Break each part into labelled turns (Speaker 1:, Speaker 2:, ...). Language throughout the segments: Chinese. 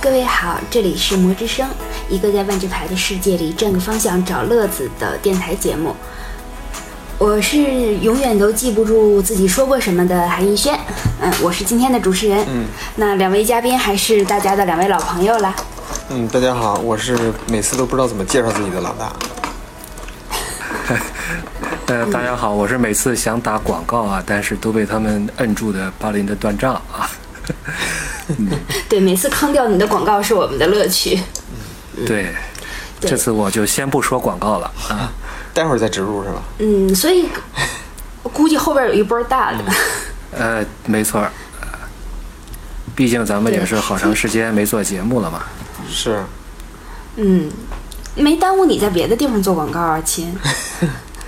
Speaker 1: 各位好，这里是魔之声，一个在万智牌的世界里转个方向找乐子的电台节目。我是永远都记不住自己说过什么的韩逸轩，嗯，我是今天的主持人。嗯，那两位嘉宾还是大家的两位老朋友啦。
Speaker 2: 嗯，大家好，我是每次都不知道怎么介绍自己的老大。
Speaker 3: 呃，大家好，我是每次想打广告啊，但是都被他们摁住的巴林的断账啊。
Speaker 1: 对，每次坑掉你的广告是我们的乐趣。嗯
Speaker 3: 对，这次我就先不说广告了啊。
Speaker 2: 待会儿再植入是吧？
Speaker 1: 嗯，所以我估计后边有一波大的。
Speaker 3: 呃，没错儿，呃毕竟咱们也是好长时间没做节目了嘛。
Speaker 2: 是，
Speaker 1: 嗯，没耽误你在别的地方做广告啊，亲。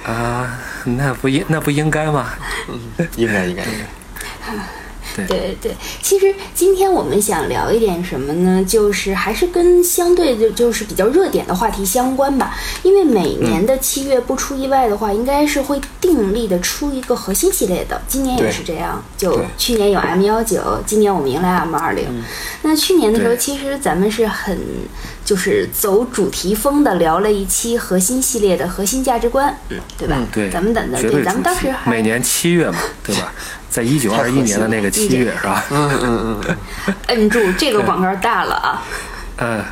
Speaker 3: 啊，那不应那不应该吗？哎
Speaker 2: 应该应该应该。
Speaker 1: 对对，其实今天我们想聊一点什么呢？就是还是跟相对就就是比较热点的话题相关吧。因为每年的七月不出意外的话，应该是会定力的出一个核心系列的，今年也
Speaker 2: 对
Speaker 1: 是这样。就
Speaker 2: 对
Speaker 1: 去年有 M 幺九，今年我们迎来 M 二零。那去年的时候，
Speaker 3: 对
Speaker 1: 其实咱们是很就是走主题风的，聊了一期核心系列的核心价值观，嗯，对吧？
Speaker 3: 对，
Speaker 1: 咱们等
Speaker 3: 绝对
Speaker 1: 咱们
Speaker 3: 主
Speaker 1: 当时
Speaker 3: 题
Speaker 1: 还
Speaker 3: 每年七月嘛，对吧？在一九二一年的那个七月是吧？
Speaker 1: 摁住这个广告大了啊。
Speaker 3: 嗯，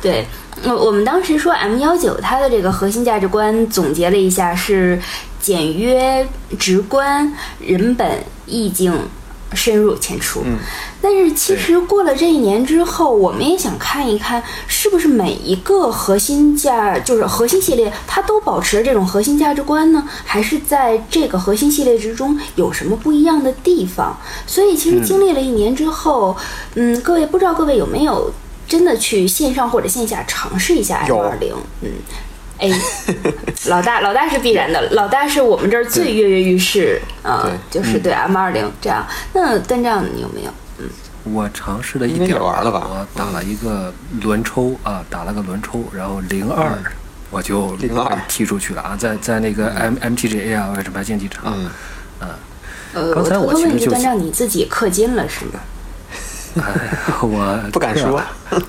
Speaker 1: 对，我我们当时说 M 幺九它的这个核心价值观总结了一下是简约、直观、人本、意境。深入浅出，
Speaker 2: 嗯
Speaker 1: 但是其实过了这一年之后，我们也想看一看，是不是每一个核心价就是核心系列，它都保持了这种核心价值观呢？还是在这个核心系列之中有什么不一样的地方？所以其实经历了一年之后，嗯，各位不知道各位有没有真的去线上或者线下尝试一下 M
Speaker 2: 有
Speaker 1: 二零，嗯。 哎，老大，老大是必然的，老大是我们这儿最跃跃欲试啊，
Speaker 3: 嗯
Speaker 1: 就是对 M 二零这样。那段丈你有没有？
Speaker 3: 我尝试了一
Speaker 2: 应该
Speaker 3: 点儿
Speaker 2: 也玩了吧
Speaker 3: 我打了一个轮抽啊，打了个轮抽，然后零二、
Speaker 2: 嗯
Speaker 3: 我就
Speaker 2: 02
Speaker 3: 被踢出去了啊，在在那个 M、MTGA 啊，外纸牌竞技场。
Speaker 2: 嗯，
Speaker 1: 呃，
Speaker 3: 刚
Speaker 1: 我
Speaker 3: 才
Speaker 1: 偷
Speaker 3: 我
Speaker 1: 偷
Speaker 3: 其实
Speaker 1: 问一句，
Speaker 3: 就
Speaker 1: 段
Speaker 3: 是
Speaker 1: 丈你自己氪金了是吗？
Speaker 3: 哎， 我啊
Speaker 2: 不敢说，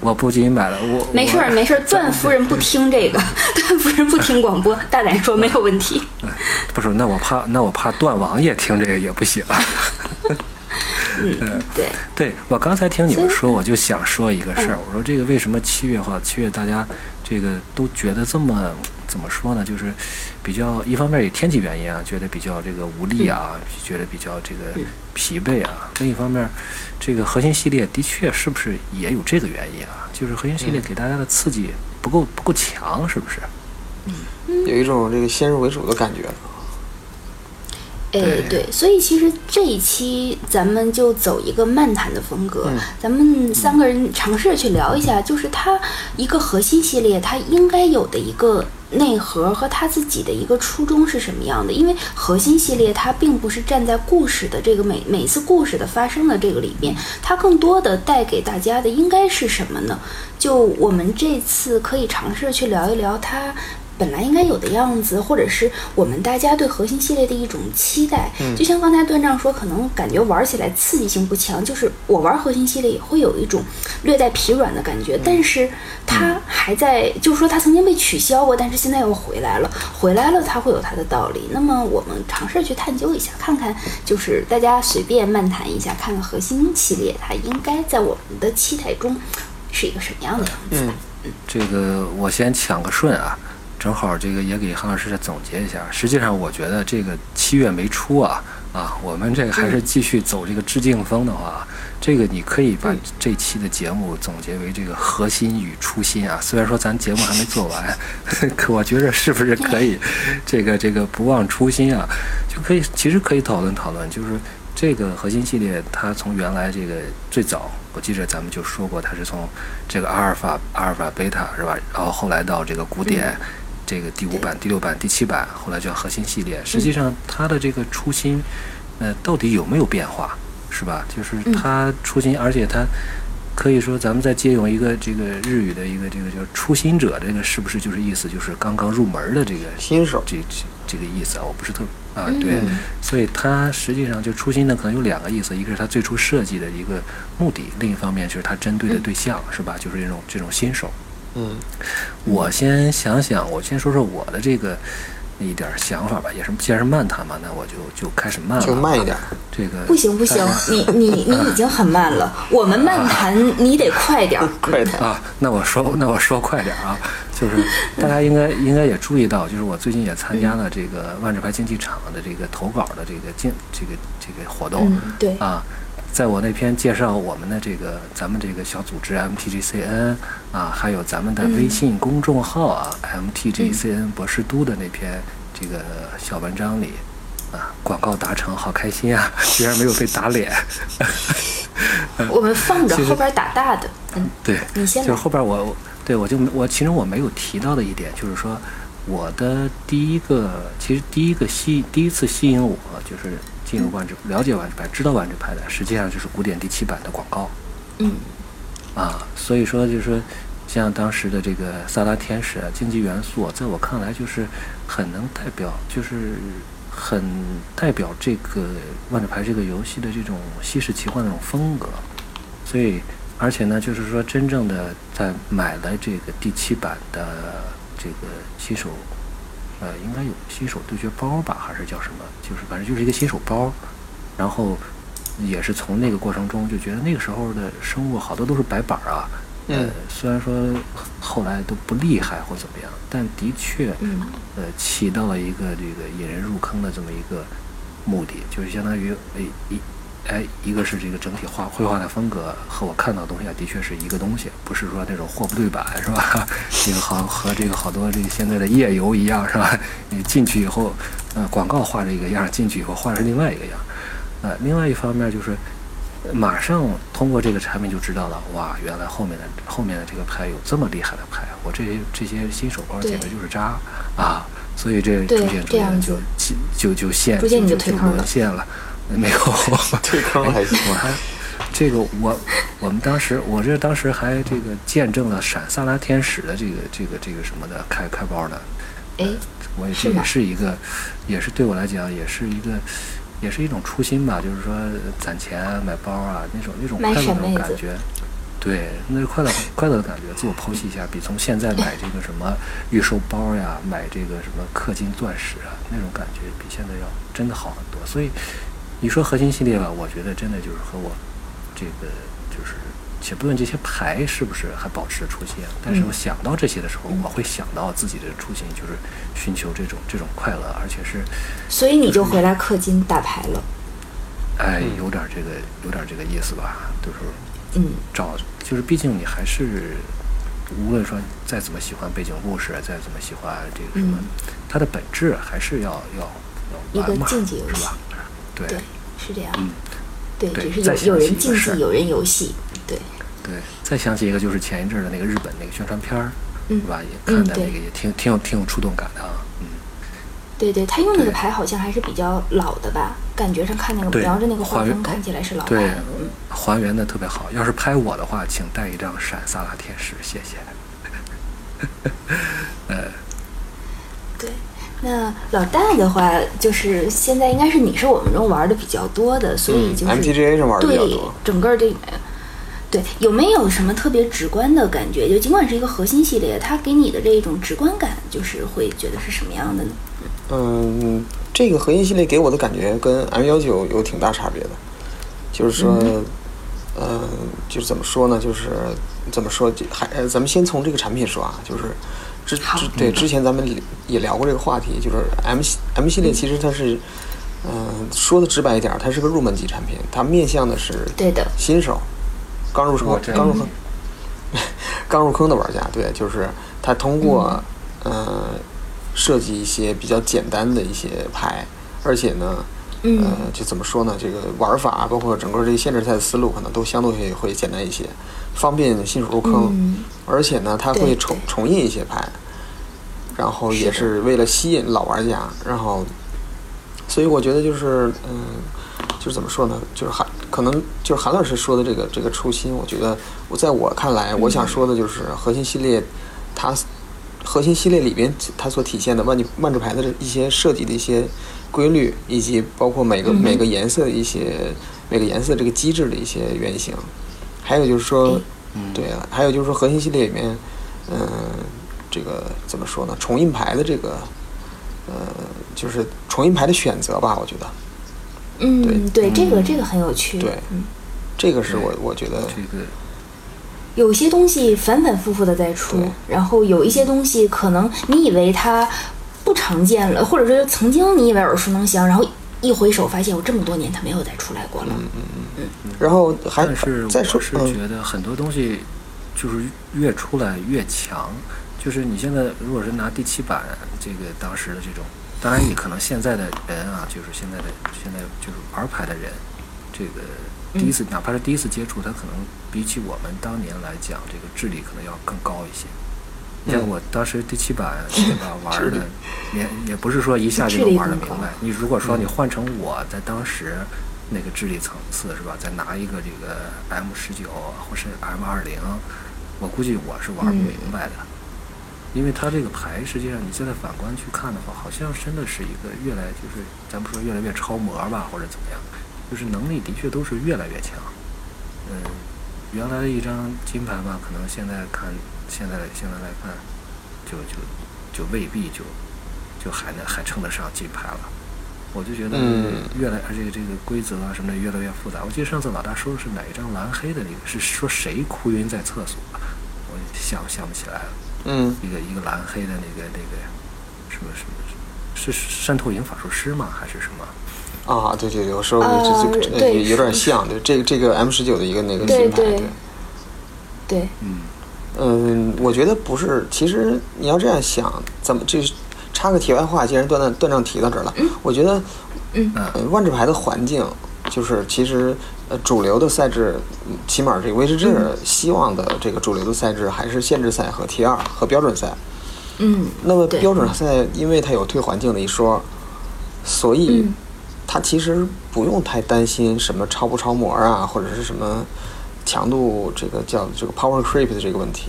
Speaker 3: 我不仅买了，我嗯
Speaker 1: 没事儿，没事儿，段夫人不听这个， 段夫人不听广播，大胆说没有问题。
Speaker 3: 我不是，那我怕那我怕段王爷听这个也 不行。
Speaker 1: 对，
Speaker 3: 对我刚才听你们说，我就想说一个事儿。我说这个为什么七月话，七月大家这个都觉得这么怎么说呢？就是比较一方面也天气原因啊，觉得比较这个无力啊，觉得比较这个疲惫啊。另一方面，这个核心系列的确是不是也有这个原因啊？就是核心系列给大家的刺激不够不够强，是不是？
Speaker 2: 嗯有一种这个先入为主的感觉。
Speaker 1: 哎，对，所以其实这一期咱们就走一个漫谈的风格，咱们三个人尝试去聊一下，就是它一个核心系列，它应该有的一个内核和它自己的一个初衷是什么样的？因为核心系列它并不是站在故事的这个每每一次故事的发生的这个里边，它更多的带给大家的应该是什么呢？就我们这次可以尝试去聊一聊它本来应该有的样子，或者是我们大家对核心系列的一种期待。就像刚才段丈说，可能感觉玩起来刺激性不强，就是我玩核心系列也会有一种略带疲软的感觉，但是它还在，就是说它曾经被取消过，但是现在又回来了，回来了它会有它的道理。那么我们尝试去探究一下，看看就是大家随便漫谈一下，看看核心系列它应该在我们的期待中是一个什么样的样子吧。
Speaker 3: 这个我先抢个顺啊，正好这个也给韩老师再总结一下。实际上，我觉得这个七月没出啊啊，我们这个还是继续走这个致敬风的话啊，这个你可以把这期的节目总结为这个核心与初心啊。虽然说咱节目还没做完， 可我觉着是不是可以这个这个不忘初心啊，就可以其实可以讨论讨论，就是这个核心系列，它从原来这个最早，我记着咱们就说过，它是从这个阿尔法、阿尔法、贝塔是吧？然后后来到这个古典，这个第五版、第六版、第七版，后来叫核心系列。实际上，它的这个初心，呃，到底有没有变化，是吧？就是它初心，而且它。可以说，咱们再借用一个这个日语的一个这个叫“初心者”，这个是不是就是意思就是刚刚入门的这个
Speaker 2: 新手
Speaker 3: 这这这个意思啊？我不是特啊，
Speaker 1: 嗯
Speaker 3: 对，所以它实际上就初心呢，可能有两个意思，一个是它最初设计的一个目的，另一方面就是它针对的对象，是吧？就是这种这种新手。
Speaker 2: 嗯
Speaker 3: 我先想想，我先说说我的这个一点儿想法吧，也是既然是漫谈嘛，那我就就开始慢了啊，
Speaker 2: 就慢一点。
Speaker 3: 这个
Speaker 1: 不行不行，你你你已经很慢了，我们漫谈你得快点 儿。
Speaker 2: 快 点
Speaker 3: 啊，那我说那我说快点儿啊，就是大家应该应该也注意到，就是我最近也参加了这个万智牌竞技场的这个投稿的这个竞这个这个活动，
Speaker 1: 嗯，对，
Speaker 3: 啊，在我那篇介绍我们的这个咱们这个小组织 MTGCN 啊，还有咱们
Speaker 1: 嗯
Speaker 3: 的微信公众号啊、MTGCN 博士都的那篇这个小文章里。啊，广告达成，好开心啊！ 居然没有被打脸，
Speaker 1: 我们放着
Speaker 3: 其实
Speaker 1: 后边打大的。嗯，
Speaker 3: 对，
Speaker 1: 你先
Speaker 3: 就是
Speaker 1: 来。
Speaker 3: 后边我我对我就我其实我没有提到的一点就是说，我的第一个其实第一个吸第一次吸引我就是进入万智了解万智牌知道万智牌的，实际上就是古典第七版的广告
Speaker 1: 嗯
Speaker 3: 啊，所以说就是说。像当时的这个萨拉天使啊，竞技元素啊，在我看来就是很能代表，就是很代表这个万智牌这个游戏的这种西式奇幻的那种风格。所以，而且呢，就是说，真正的在买了这个第七版的这个新手，呃，应该有新手对决包吧，还是叫什么？就是反正就是一个新手包。然后，也是从那个过程中就觉得那个时候的生物好多都是白板儿啊。呃
Speaker 2: 嗯，
Speaker 3: 虽然说后来都不厉害或怎么样，但的确，
Speaker 1: 嗯
Speaker 3: 呃，起到了一个这个引人入坑的这么一个目的，就是相当于哎一哎，一个是这个整体画绘画的风格和我看到的东西啊，的确是一个东西，不是说那种货不对版是吧？ 这个好和这个好多这个现在的页游一样是吧？你进去以后，呃，广告画着一个样，进去以后画着另外一个样。呃，另外一方面就是，呃马上通过这个产品就知道了，哇，原来后面的后面的这个牌有这么厉害的牌，我这些这些新手包
Speaker 1: 对
Speaker 3: 简直就是渣啊！所以这
Speaker 1: 对
Speaker 3: 逐渐逐
Speaker 1: 这样
Speaker 3: 渐
Speaker 1: 子
Speaker 3: 就就就陷
Speaker 1: 逐渐你就退
Speaker 3: 就
Speaker 1: 坑了
Speaker 3: 沦陷了，没有。
Speaker 2: 退坑还行
Speaker 3: 哎我还这个我我们当时我这当时还这个见证了闪萨拉天使的这个这个这个什么的开开包的，
Speaker 1: 哎，
Speaker 3: 我也
Speaker 1: 是
Speaker 3: 这也
Speaker 1: 吗
Speaker 3: 是一个，也是对我来讲也是一个，也是一种初心吧，就是说攒钱啊、买包啊那种那种
Speaker 1: 买
Speaker 3: 快乐
Speaker 1: 傻
Speaker 3: 那种
Speaker 1: 妹
Speaker 3: 感
Speaker 1: 子
Speaker 3: 觉。对，那是快乐快乐的感觉，自我剖析一下，比从现在买这个什么预售包呀，买这个什么氪金钻石啊，那种感觉比现在要真的好很多。所以你说核心系列吧，我觉得真的就是和我这个就是，且不论这些牌是不是还保持着初心啊，但是我想到这些的时候，我会想到自己的初心，就是寻求这种这种快乐，而且是
Speaker 1: 所以你就回来氪金打牌了。
Speaker 3: 哎有点这个有点这个意思吧，就是
Speaker 1: 嗯，
Speaker 3: 找，就是毕竟你还是，无论说你再怎么喜欢背景故事，再怎么喜欢这个什么，
Speaker 1: 嗯
Speaker 3: 它的本质还是要
Speaker 1: 一
Speaker 3: 要要
Speaker 1: 个
Speaker 3: 玩嘛，
Speaker 1: 竞技游戏
Speaker 3: 是吧？对
Speaker 1: 对，是这样。
Speaker 3: 嗯，
Speaker 1: 对，
Speaker 3: 对
Speaker 1: 只
Speaker 3: 再
Speaker 1: 是有有
Speaker 3: 想起一
Speaker 1: 人
Speaker 3: 个
Speaker 1: 竞
Speaker 3: 事儿
Speaker 1: 技，有人游戏。对，
Speaker 3: 对，再想起一个就是前一阵儿的那个日本那个宣传片儿，
Speaker 1: 嗯
Speaker 3: 是吧？也
Speaker 1: 嗯
Speaker 3: 看的那
Speaker 1: 对
Speaker 3: 个也挺挺有挺有触动感的啊，嗯，
Speaker 1: 对对，他用那个
Speaker 3: 对
Speaker 1: 牌好像还是比较老的吧？感觉上看那个
Speaker 3: 对
Speaker 1: 瞄着那个画
Speaker 3: 还原
Speaker 1: 风，看起来是老
Speaker 3: 对
Speaker 1: 牌。，
Speaker 3: 还原的特别好。要是拍我的话，请带一张闪萨拉天使，谢谢。
Speaker 1: 对，那老大的话，就是现在应该是你是我们中玩的比较多的，所以
Speaker 2: 嗯
Speaker 1: 就是
Speaker 2: ，MTGA 上玩的比较
Speaker 1: 对
Speaker 2: 多。
Speaker 1: 整个这。对，有没有什么特别直观的感觉？就尽管是一个核心系列，它给你的这一种直观感，就是会觉得是什么样的呢？
Speaker 2: 嗯，这个核心系列给我的感觉跟 M 幺九有挺大差别的，就是说，嗯、就是怎么说呢，就是怎么说，就还呃咱们先从这个产品说啊，就是之
Speaker 1: 好
Speaker 2: 之对之前咱们也也聊过这个话题，就是 M 系 M 系列其实它是，嗯、说的直白一点儿，它是个入门级产品，它面向的是
Speaker 1: 对的，
Speaker 2: 新手，刚入坑
Speaker 3: 我这，样
Speaker 2: 刚入坑，刚入坑的玩家，对，就是他通过、
Speaker 1: 嗯
Speaker 2: 呃设计一些比较简单的一些牌，而且呢，
Speaker 1: 嗯
Speaker 2: 呃，就怎么说呢，这个玩法啊包括整个这个限制赛的思路，可能都相对会简单一些，方便新手入坑，
Speaker 1: 嗯
Speaker 2: 而且呢，它
Speaker 1: 对
Speaker 2: 会重
Speaker 1: 对
Speaker 2: 重印一些牌，然后也
Speaker 1: 是
Speaker 2: 是为了吸引老玩家，然后，所以我觉得就是，嗯，就是怎么说呢，就是韩，可能就是韩老师说的这个这个初心，我觉得我在我看来，我想说的就是核心系列，它核心系列里边它所体现的万万智牌的一些设计的一些规律，以及包括每个、每个颜色的一些每个颜色这个机制的一些原型，还有就是说，
Speaker 3: 嗯
Speaker 2: 对啊，还有就是说核心系列里面，嗯、这个怎么说呢？重印牌的这个，呃，就是重印牌的选择吧，我觉得
Speaker 1: 嗯，对，这个这个很有趣。
Speaker 2: 对
Speaker 1: 嗯，
Speaker 2: 这个是我我觉得
Speaker 3: 这个
Speaker 1: 有些东西反反复复的在出
Speaker 2: 对，
Speaker 1: 然后有一些东西可能你以为它不常见了，或者说曾经你以为耳熟能详，然后一回首发现有这么多年它没有再出来过了。
Speaker 2: 嗯
Speaker 3: 嗯
Speaker 2: 然后还
Speaker 3: 但是
Speaker 2: 再说
Speaker 3: 我是
Speaker 2: 嗯
Speaker 3: 觉得很多东西就是越出来越强，就是你现在如果是拿第七版这个当时的这种，当然也可能现在的人啊，就是现在的现在就是玩牌的人，这个第一次、
Speaker 2: 嗯
Speaker 3: 哪怕是第一次接触，他可能比起我们当年来讲，这个智力可能要更高一些。你像
Speaker 2: 嗯
Speaker 3: 我当时第七版对吧玩的，也也不是说一下就
Speaker 1: 智
Speaker 3: 能
Speaker 1: 力
Speaker 3: 玩的
Speaker 1: 更
Speaker 3: 明
Speaker 1: 高
Speaker 3: 白。你如果说你换成我在当时那个智力层次是吧，再拿一个这个 M 十九或是 M 二零，我估计我是玩不明白的，因为它这个牌实际上你现在反观去看的话，好像真的是一个越来就是咱不说越来越超模吧，或者怎么样，就是能力的确都是越来越强。嗯，原来的一张金牌吧，可能现在看现在现在来看，就就就未必就就还能还称得上金牌了。我就觉得
Speaker 2: 嗯
Speaker 3: 越来，而且这个规则啊什么的越来越复杂。我记得上次老大说的是哪一张蓝黑的那个，是说谁哭晕在厕所，啊我想想不起来了。
Speaker 2: 嗯
Speaker 3: 一个一个蓝黑的那个那个什么什么是是渗透影法术师吗？还是什么？
Speaker 2: 啊，对对对，我说过
Speaker 1: 啊
Speaker 2: 这这这
Speaker 1: 对
Speaker 2: 有有点像，对这个这个 M 十九的一个那个
Speaker 1: 对
Speaker 2: 金牌，
Speaker 1: 对
Speaker 2: 对
Speaker 1: 对，
Speaker 3: 嗯，
Speaker 2: 嗯，我觉得不是。其实你要这样想，怎么这是插个题外话？既然段段段长提到这儿了，我觉得，
Speaker 1: 嗯
Speaker 2: 呃，万智牌的环境就是其实呃主流的赛制，嗯起码这个威士忌希望的这个主流的赛制还是限制赛和 T 二和标准赛。
Speaker 1: 嗯，
Speaker 2: 那么
Speaker 1: 对
Speaker 2: 标准赛因为它有退环境的一说，所以
Speaker 1: 嗯
Speaker 2: 它其实不用太担心什么超不超模啊，或者是什么强度这个叫这个 power creep 的这个问题，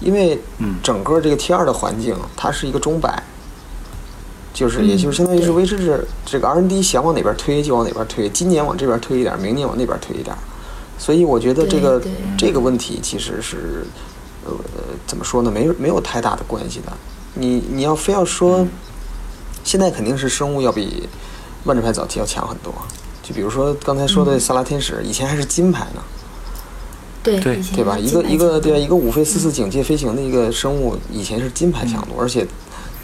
Speaker 2: 因为
Speaker 3: 嗯
Speaker 2: 整个这个 T 二的环境它是一个钟摆，就是也就是相当于
Speaker 1: 嗯
Speaker 2: 是
Speaker 1: 对
Speaker 2: 维持制这个 R&D 想往哪边推就往哪边推，今年往这边推一点，明年往那边推一点，所以我觉得这个
Speaker 1: 对对
Speaker 2: 这个问题其实是，呃，怎么说呢？没有没有太大的关系的。你你要非要说，
Speaker 1: 嗯
Speaker 2: 现在肯定是生物要比万智牌早期要强很多。就比如说刚才说
Speaker 1: 嗯
Speaker 2: 的萨拉天使，以前还是金牌呢，
Speaker 1: 对
Speaker 3: 对
Speaker 1: 以前
Speaker 2: 对吧？一
Speaker 1: 金
Speaker 2: 个
Speaker 1: 牌嗯
Speaker 2: 一个
Speaker 1: 奖
Speaker 2: 对啊，一个五费四四警戒飞行的一个生物，以前是金牌强度，而且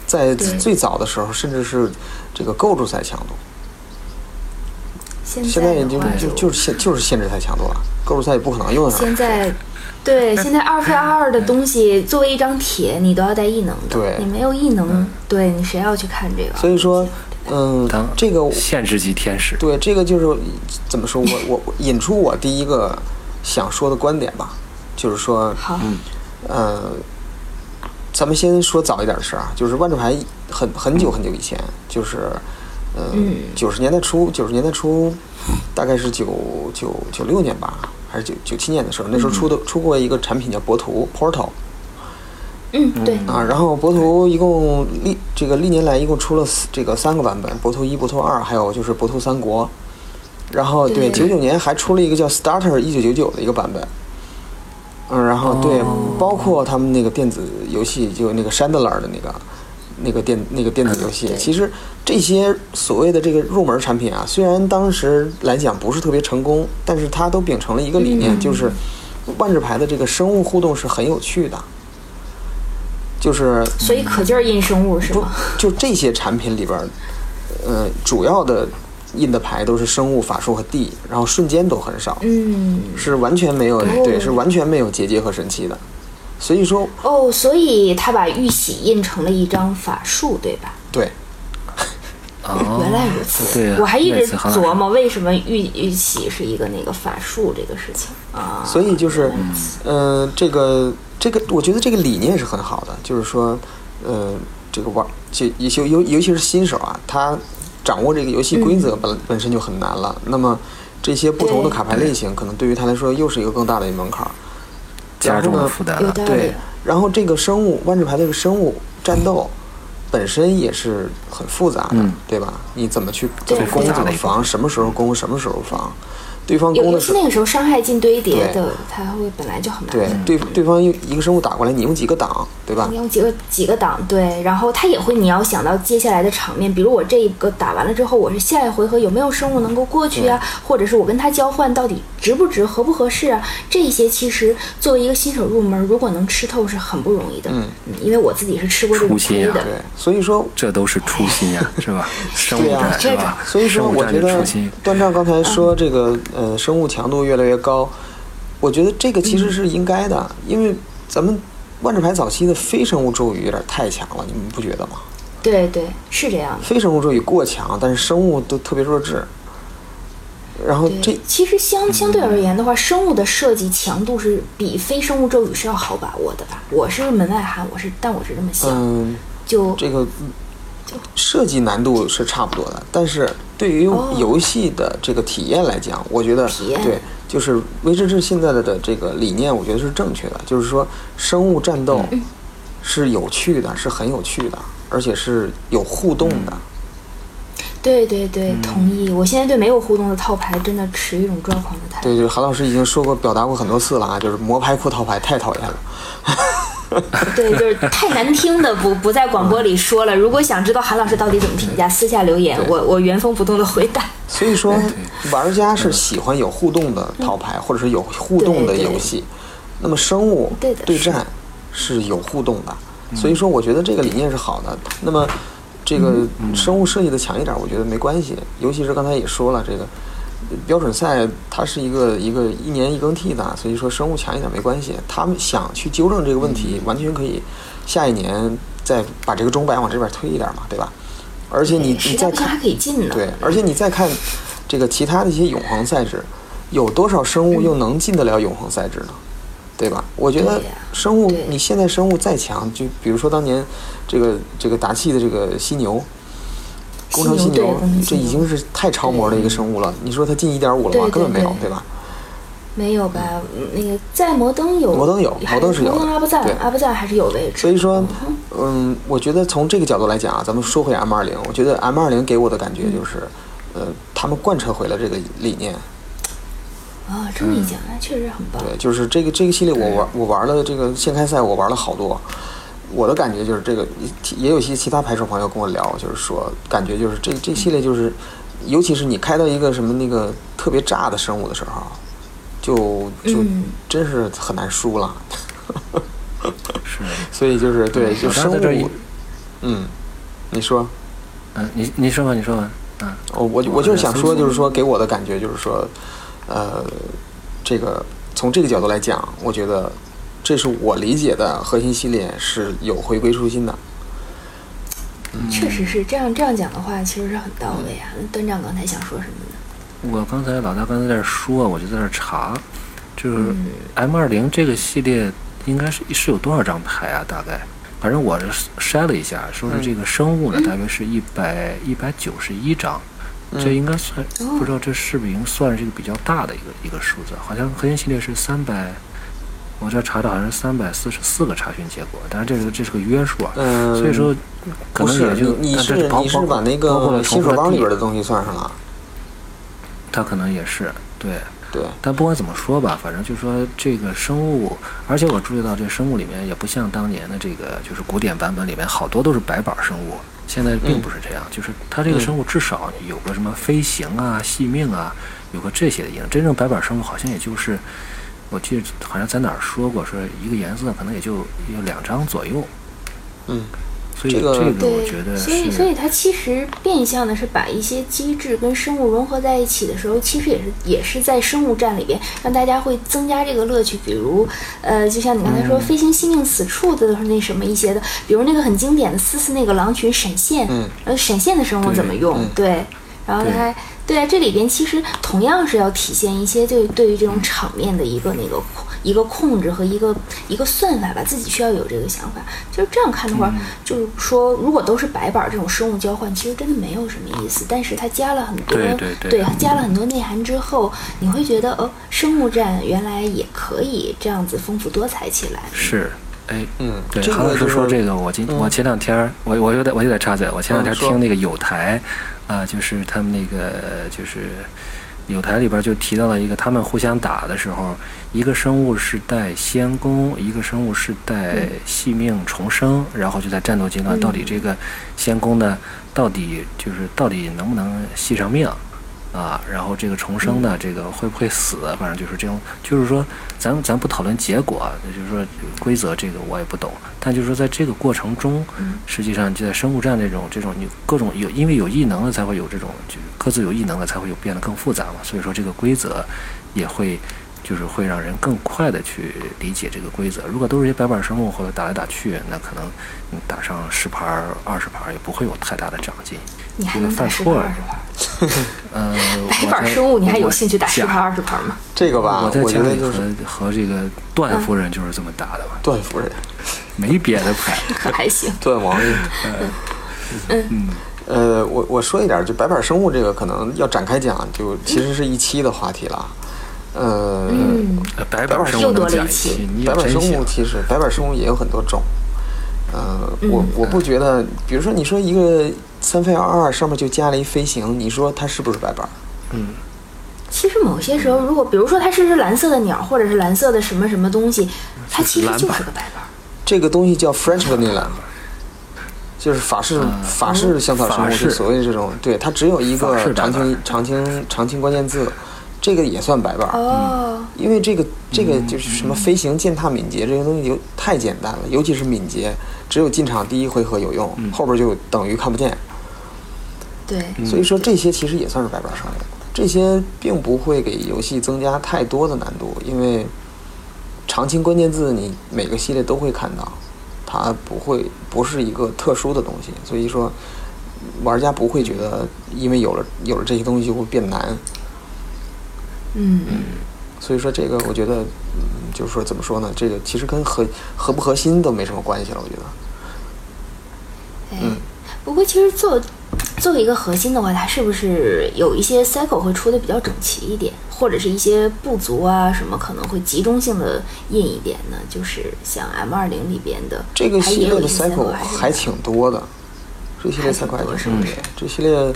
Speaker 2: 在
Speaker 1: 嗯对
Speaker 2: 最早的时候，甚至是这个构筑赛强度。
Speaker 1: 现
Speaker 2: 现
Speaker 1: 在
Speaker 2: 在
Speaker 1: 的
Speaker 2: 就
Speaker 1: 话
Speaker 2: 就就是限就是限制赛强度了，构筑赛也不可能用得上。
Speaker 1: 现在， 对，现在二 v 二的东西，作为一张铁，你都要带异能的。
Speaker 2: 对嗯
Speaker 1: 你没有异能，对你谁要去看这个？
Speaker 2: 所以说，嗯
Speaker 3: 当，
Speaker 2: 这个
Speaker 3: 限制级天使。
Speaker 2: 对，这个就是怎么说，我我我引出我第一个想说的观点吧，就是说，
Speaker 1: 好，
Speaker 2: 呃，咱们先说早一点的事儿啊，就是万智牌很很久很久以前，就是，呃，九十年代初，九十年代初，大概是九九九六年吧，还是九九七年的时候，那时候出的、出过一个产品叫博图 Portal，
Speaker 1: 嗯，对，
Speaker 2: 啊，然后博图一共历这个历年来一共出了四这个三个版本，博图一、博图二，还有就是博图三国。然后对，九
Speaker 1: 对
Speaker 2: 九年还出了一个叫 Starter 一九九九的一个版本。嗯，然后对，包括他们那个电子游戏，就那个 Chandler 的那个那个电那个电子游戏，
Speaker 1: 嗯对
Speaker 2: 其实这些所谓的这个入门产品啊，虽然当时来讲不是特别成功，但是它都秉承了一个理
Speaker 1: 嗯
Speaker 2: 念，就是万智牌的这个生物互动是很有趣的。就是
Speaker 1: 所以可劲儿印生物是
Speaker 2: 不
Speaker 1: 吗？
Speaker 2: 就这些产品里边儿，呃，主要的印的牌都是生物、法术和地，然后瞬间都很少，
Speaker 1: 嗯，哦
Speaker 2: 是完全没有
Speaker 1: 对
Speaker 2: 对，是完全没有结界和神器的。所以说，
Speaker 1: 哦，所以他把玉玺印成了一张法术，对吧？
Speaker 2: 对
Speaker 3: 哦，
Speaker 1: 原来如此，
Speaker 3: 对啊
Speaker 1: 我还一
Speaker 3: 那
Speaker 1: 直
Speaker 3: 次好像是
Speaker 1: 琢磨为什么玉玉玺是一个那个法术这个事情啊。
Speaker 2: 所以就是，呃，这个这个，我觉得这个理念是很好的，就是说，呃，这个玩就尤其尤尤其是新手啊，他掌握这个游戏规
Speaker 1: 嗯
Speaker 2: 则本、本身就很难了，那么这些不同的
Speaker 1: 对
Speaker 2: 卡牌类型，可能对于他来说又是一个更大的一个门槛儿。
Speaker 3: 加
Speaker 2: 然
Speaker 3: 重
Speaker 2: 后
Speaker 3: 了
Speaker 2: 呢
Speaker 3: 负担
Speaker 1: 有
Speaker 3: 了。
Speaker 1: 道理
Speaker 2: 对，，然后这个生物万智牌这个生物战斗本身也是很复杂的，
Speaker 3: 嗯
Speaker 2: 对吧？你怎么去
Speaker 1: 对
Speaker 2: 怎么攻
Speaker 1: 对
Speaker 2: 怎么
Speaker 3: 对
Speaker 2: 防，什么时候攻什么时候防，对方
Speaker 1: 尤
Speaker 2: 攻
Speaker 1: 尤
Speaker 2: 的
Speaker 1: 其
Speaker 2: 时
Speaker 1: 那
Speaker 2: 候，
Speaker 1: 个时候伤害进堆叠
Speaker 2: 对
Speaker 1: 的，它会本来就很麻
Speaker 2: 对
Speaker 1: 烦。
Speaker 2: 对对方一一个生物打过来，你用几个挡，对吧
Speaker 1: 你？用几个几个档，对，然后它也会，你要想到接下来的场面，比如我这一个打完了之后，我是下一回合有没有生物能够过去啊，或者是我跟他交换到底值不值、合不合适啊，这些其实作为一个新手入门，如果能吃透是很不容易的，
Speaker 2: 嗯，
Speaker 1: 因为我自己是吃过这种
Speaker 3: 初心
Speaker 1: 亏
Speaker 3: 啊
Speaker 1: 的，
Speaker 2: 对，所以说
Speaker 3: 这都是初心 呀、是吧？生物
Speaker 2: 对啊
Speaker 3: 战是吧？
Speaker 2: 所以说，
Speaker 3: 生物
Speaker 2: 我
Speaker 3: 战
Speaker 2: 觉
Speaker 3: 是初
Speaker 2: 得
Speaker 3: 心。
Speaker 2: 段丈刚才说这个呃生物强度越来越高，我觉得这个其实是应该的，因为咱们万智牌早期的非生物咒语有点太强了，你们不觉得吗？
Speaker 1: 对对，是这样的。
Speaker 2: 非生物咒语过强，但是生物都特别弱智。然后哦这
Speaker 1: 对，其实相相对而言的话，生物的设计强度是比非生物咒语是要好把握的吧？我是门外汉，我是，但我是这么想，
Speaker 2: 嗯，
Speaker 1: 就
Speaker 2: 这个设计难度是差不多的，但是对于
Speaker 1: 哦
Speaker 2: 游戏的这个体验来讲，我觉得
Speaker 1: 体验
Speaker 2: 对，就是威志志现在的的这个理念，我觉得是正确的，就是说生物战斗
Speaker 1: 嗯
Speaker 2: 是有趣的，是很有趣的，而且是有互动的。
Speaker 1: 嗯对对对，
Speaker 2: 嗯
Speaker 1: 同意。我现在对没有互动的套牌真的持一种抓狂的态度。
Speaker 2: 对，就是韩老师已经说过、表达过很多次了啊，就是魔牌库套牌太讨厌了。
Speaker 1: 对，就是太难听的 不不在广播里说了。如果想知道韩老师到底怎么评价，私下留言，
Speaker 2: 对
Speaker 1: 我我原封不动的回答。
Speaker 2: 所以说，玩家是喜欢有互动的套牌，或者是有互动的游戏。那么生物
Speaker 1: 对的
Speaker 2: 对战是有互动的，所以说我觉得这个理念是好的。那么这个生物设计的强一点，我觉得没关系。尤其是刚才也说了，这个呃标准赛它是一个一个一年一更替的，所以说生物强一点没关系。他们想去纠正这个问题，完全可以下一年再把这个钟摆往这边推一点嘛，对吧？而且你你
Speaker 1: 实在
Speaker 2: 再
Speaker 1: 不行
Speaker 2: 看
Speaker 1: 还。可以进呢。
Speaker 2: 对，而且你再看这个其他的一些永恒赛制，有多少生
Speaker 1: 嗯
Speaker 2: 物又能进得了永恒赛制呢？对吧？我觉得
Speaker 1: 对呀
Speaker 2: 生物
Speaker 1: 对，
Speaker 2: 你现在生物再强，就比如说当年这个这个达契的这个犀牛，工程犀
Speaker 1: 对
Speaker 2: 牛
Speaker 1: 工程，犀
Speaker 2: 这
Speaker 1: 牛
Speaker 2: 已经是太超模的一个生物了。你说它进一点五了吗？
Speaker 1: 对
Speaker 2: 根本没有
Speaker 1: 对，对
Speaker 2: 对吧？
Speaker 1: 没有吧？嗯那个在摩登有，
Speaker 2: 摩登有
Speaker 1: 还
Speaker 2: 摩登是有的
Speaker 1: 摩登阿布赞
Speaker 2: 对，
Speaker 1: 阿布赞还是有位置。
Speaker 2: 所以说，嗯，我觉得从这个角度来讲啊，咱们说回 M 二零，我觉得 M 二零给我的感
Speaker 1: 嗯
Speaker 2: 觉就是，呃，他们贯彻回了这个理念，
Speaker 1: 啊，这么一讲，
Speaker 2: 嗯
Speaker 1: 那确实很棒。
Speaker 2: 对，就是这个这个系列我玩我玩了这个现开赛，我玩了好多。我的感觉就是这个，也有一些其他牌手朋友跟我聊，就是说感觉就是这这系列就是，尤其是你开到一个什么那个特别炸的生物的时候，啊就就
Speaker 1: 嗯
Speaker 2: 真是很难输了。
Speaker 3: 是，
Speaker 2: 所以就是对，就
Speaker 3: 我
Speaker 2: 生
Speaker 3: 刚才这一
Speaker 2: 物，嗯，你说，
Speaker 3: 嗯，你你说吧，你说吧，嗯，
Speaker 2: 哦我我我就是想说，就是说给我的感觉就是说，呃，这个从这个角度来讲，我觉得这是我理解的核心系列是有回归初心的。嗯
Speaker 1: 确实是这样。这样讲的话，其实是很到位啊。那段长刚才想说什么呢？
Speaker 3: 我刚才老大刚才在这儿说，我就在这儿查，就是
Speaker 2: 嗯
Speaker 3: M 二零这个系列应该是是有多少张牌啊？大概，反正我这筛了一下，说
Speaker 2: 嗯
Speaker 3: 是这个生物呢，大约是一百一百九十一张。
Speaker 2: 嗯
Speaker 3: 这应该算，
Speaker 1: 哦
Speaker 3: 不知道这是不是已经算是一个比较大的一个一个数字？好像核心系列是三百，我这查的好像是三百四十四个查询结果，但是这是这是个约数啊，
Speaker 2: 嗯，
Speaker 3: 所以说可
Speaker 2: 不
Speaker 3: 能
Speaker 2: 是
Speaker 3: 也就
Speaker 2: 你你
Speaker 3: 但这
Speaker 2: 是
Speaker 3: 包
Speaker 2: 你是
Speaker 3: 包括
Speaker 2: 把那
Speaker 3: 包括了
Speaker 2: 个
Speaker 3: 重
Speaker 2: 新
Speaker 3: 复
Speaker 2: 手
Speaker 3: 的
Speaker 2: 帮里
Speaker 3: 地
Speaker 2: 边的东西算上了，
Speaker 3: 它可能也是对。
Speaker 2: 对，
Speaker 3: 但不管怎么说吧，反正就说这个生物，而且我注意到这生物里面也不像当年的这个就是古典版本里面好多都是白板生物，现在
Speaker 2: 嗯
Speaker 3: 并不是这样，就是它这个生物至少有个什么飞行啊、系命啊，有个这些的影。真正白板生物好像也就是，我记得好像在哪儿说过，说一个颜色可能也就有两张左右，
Speaker 2: 嗯，
Speaker 3: 所以
Speaker 2: 这个
Speaker 3: 个我
Speaker 1: 对，
Speaker 3: 觉得
Speaker 1: 所以所以
Speaker 3: 是。
Speaker 1: 它其实变相的是把一些机制跟生物融合在一起的时候，其实也是也是在生物战里边让大家会增加这个乐趣。比如，呃，就像你刚才
Speaker 3: 嗯
Speaker 1: 说“飞行性命此处”的那什么一些的，比如那个很经典的思思那个狼群闪现，
Speaker 2: 嗯
Speaker 1: 呃，闪现的生物怎么用？对，然后它
Speaker 3: 嗯对
Speaker 1: 还。对啊，这里边其实同样是要体现一些对对于这种场面的一个那个一个控制和一个一个算法吧，自己需要有这个想法。就是这样看的话，
Speaker 3: 嗯
Speaker 1: 就是说，如果都是白板儿这种生物交换，其实真的没有什么意思。但是它加了很多，
Speaker 3: 对对对
Speaker 1: 它加了很多内涵之后，你会觉得哦，生物战原来也可以这样子丰富多彩起来。
Speaker 3: 是，哎，
Speaker 2: 嗯，
Speaker 3: 对，
Speaker 2: 这
Speaker 3: 韩
Speaker 2: 个
Speaker 3: 老
Speaker 2: 就
Speaker 3: 师
Speaker 2: 是
Speaker 3: 说这个，我今、我前两天儿我我又得我又得插嘴，我前
Speaker 2: 嗯
Speaker 3: 两天
Speaker 2: 说
Speaker 3: 听那个有台，啊、就是他们那个就是有台里边就提到了一个，他们互相打的时候，一个生物是带仙宫，一个生物是带
Speaker 2: 嗯
Speaker 3: 系命重生，然后就在战斗阶段，到底这个仙宫呢，到底就是到底能不能系上命？啊，然后这个重生呢，这个会不会死，啊反正就是这种，就是说，咱咱不讨论结果，啊就是说规则这个我也不懂，但就是说在这个过程中，实际上就在生物战这种这种你各种有，因为有异能的才会有这种，就是各自有异能的才会有变得更复杂嘛，所以说这个规则也会。就是会让人更快的去理解这个规则。如果都是一些白板生物或者打来打去，那可能你打上十盘儿、二十盘儿也不会有太大的长进。
Speaker 1: 你还
Speaker 3: 这个
Speaker 1: 能打
Speaker 3: 嗯犯
Speaker 1: 十
Speaker 3: 错
Speaker 1: 盘
Speaker 3: 儿
Speaker 1: 二十盘？
Speaker 3: 呃，
Speaker 1: 白
Speaker 3: 我
Speaker 1: 板
Speaker 3: 在
Speaker 1: 生物，你还有
Speaker 3: 我
Speaker 1: 兴趣打十
Speaker 3: 假
Speaker 1: 盘二十盘吗？
Speaker 2: 这个吧，
Speaker 3: 我在
Speaker 2: 我觉
Speaker 3: 家
Speaker 2: 得
Speaker 3: 里
Speaker 2: 就
Speaker 3: 和
Speaker 2: 是
Speaker 3: 和这个段夫人就是这么打的嘛，
Speaker 2: 段夫人、
Speaker 3: 没别的牌。
Speaker 1: 可还行。
Speaker 2: 段王 爷。
Speaker 3: 嗯
Speaker 2: 呃，我我说一点儿，就白板生物这个可能要展开讲，就其实是一期的话题了。呃，
Speaker 1: 嗯，
Speaker 3: 呃 白
Speaker 2: 白
Speaker 3: 板
Speaker 2: 板
Speaker 3: 生
Speaker 1: 又
Speaker 3: 物能
Speaker 1: 多了
Speaker 3: 讲
Speaker 1: 一
Speaker 3: 一
Speaker 1: 期
Speaker 3: 期，你也
Speaker 2: 白板
Speaker 3: 真
Speaker 2: 生物
Speaker 3: 行。
Speaker 2: 其实白板生物也有很多种。呃，我
Speaker 1: 嗯
Speaker 2: 我不觉得，比如说你说一个三飞二二上面就加了一飞行，你说它是不是白板？
Speaker 1: 其实某些时候，如果比如说它是只蓝色的鸟，或者是蓝色的什么什么东西，它其实就是个白板儿。
Speaker 2: 这个东西叫 French vanilla，就是法式、法式香草生物，
Speaker 3: 嗯哦法
Speaker 2: 就
Speaker 3: 式
Speaker 2: 所谓这种，对，它只有一
Speaker 3: 法
Speaker 2: 个
Speaker 3: 式
Speaker 2: 常
Speaker 3: 白
Speaker 2: 青常青常青关键字，这个也算白板。
Speaker 1: 哦，
Speaker 2: 因为这个这
Speaker 3: 嗯
Speaker 2: 个就是什么飞行、践踏、敏捷这些东西有太简单了，尤其是敏捷，只有进场第一回合有用，
Speaker 3: 嗯
Speaker 2: 后边就等于看不见。
Speaker 1: 对，
Speaker 2: 所以说这些其实也算是白板生物，这些并不会给游戏增加太多的难度，因为常青关键字你每个系列都会看到，它不会不是一个特殊的东西，所以说玩家不会觉得因为有了有了这些东西就会变难，
Speaker 1: 嗯。
Speaker 2: 所以说这个我觉得，嗯，就是说怎么说呢，这个其实跟核核不核心都没什么关系了，我觉得。
Speaker 1: 哎
Speaker 2: 嗯，
Speaker 1: 不过其实做作为一个核心的话，它是不是有一些 cycle 会出的比较整齐一点，或者是一些不足啊什么可能会集中性的印一点呢？就是像 M 二零里边的
Speaker 2: 这个
Speaker 1: 还
Speaker 2: 系
Speaker 1: 也
Speaker 2: 列
Speaker 1: 有
Speaker 2: 的
Speaker 1: 一些
Speaker 2: cycle 还
Speaker 1: 还是
Speaker 2: 挺多的，这系列
Speaker 1: 还挺
Speaker 2: cycle 还
Speaker 1: 多是
Speaker 2: 挺
Speaker 1: 不
Speaker 2: 多
Speaker 1: 是
Speaker 2: 的。这系列，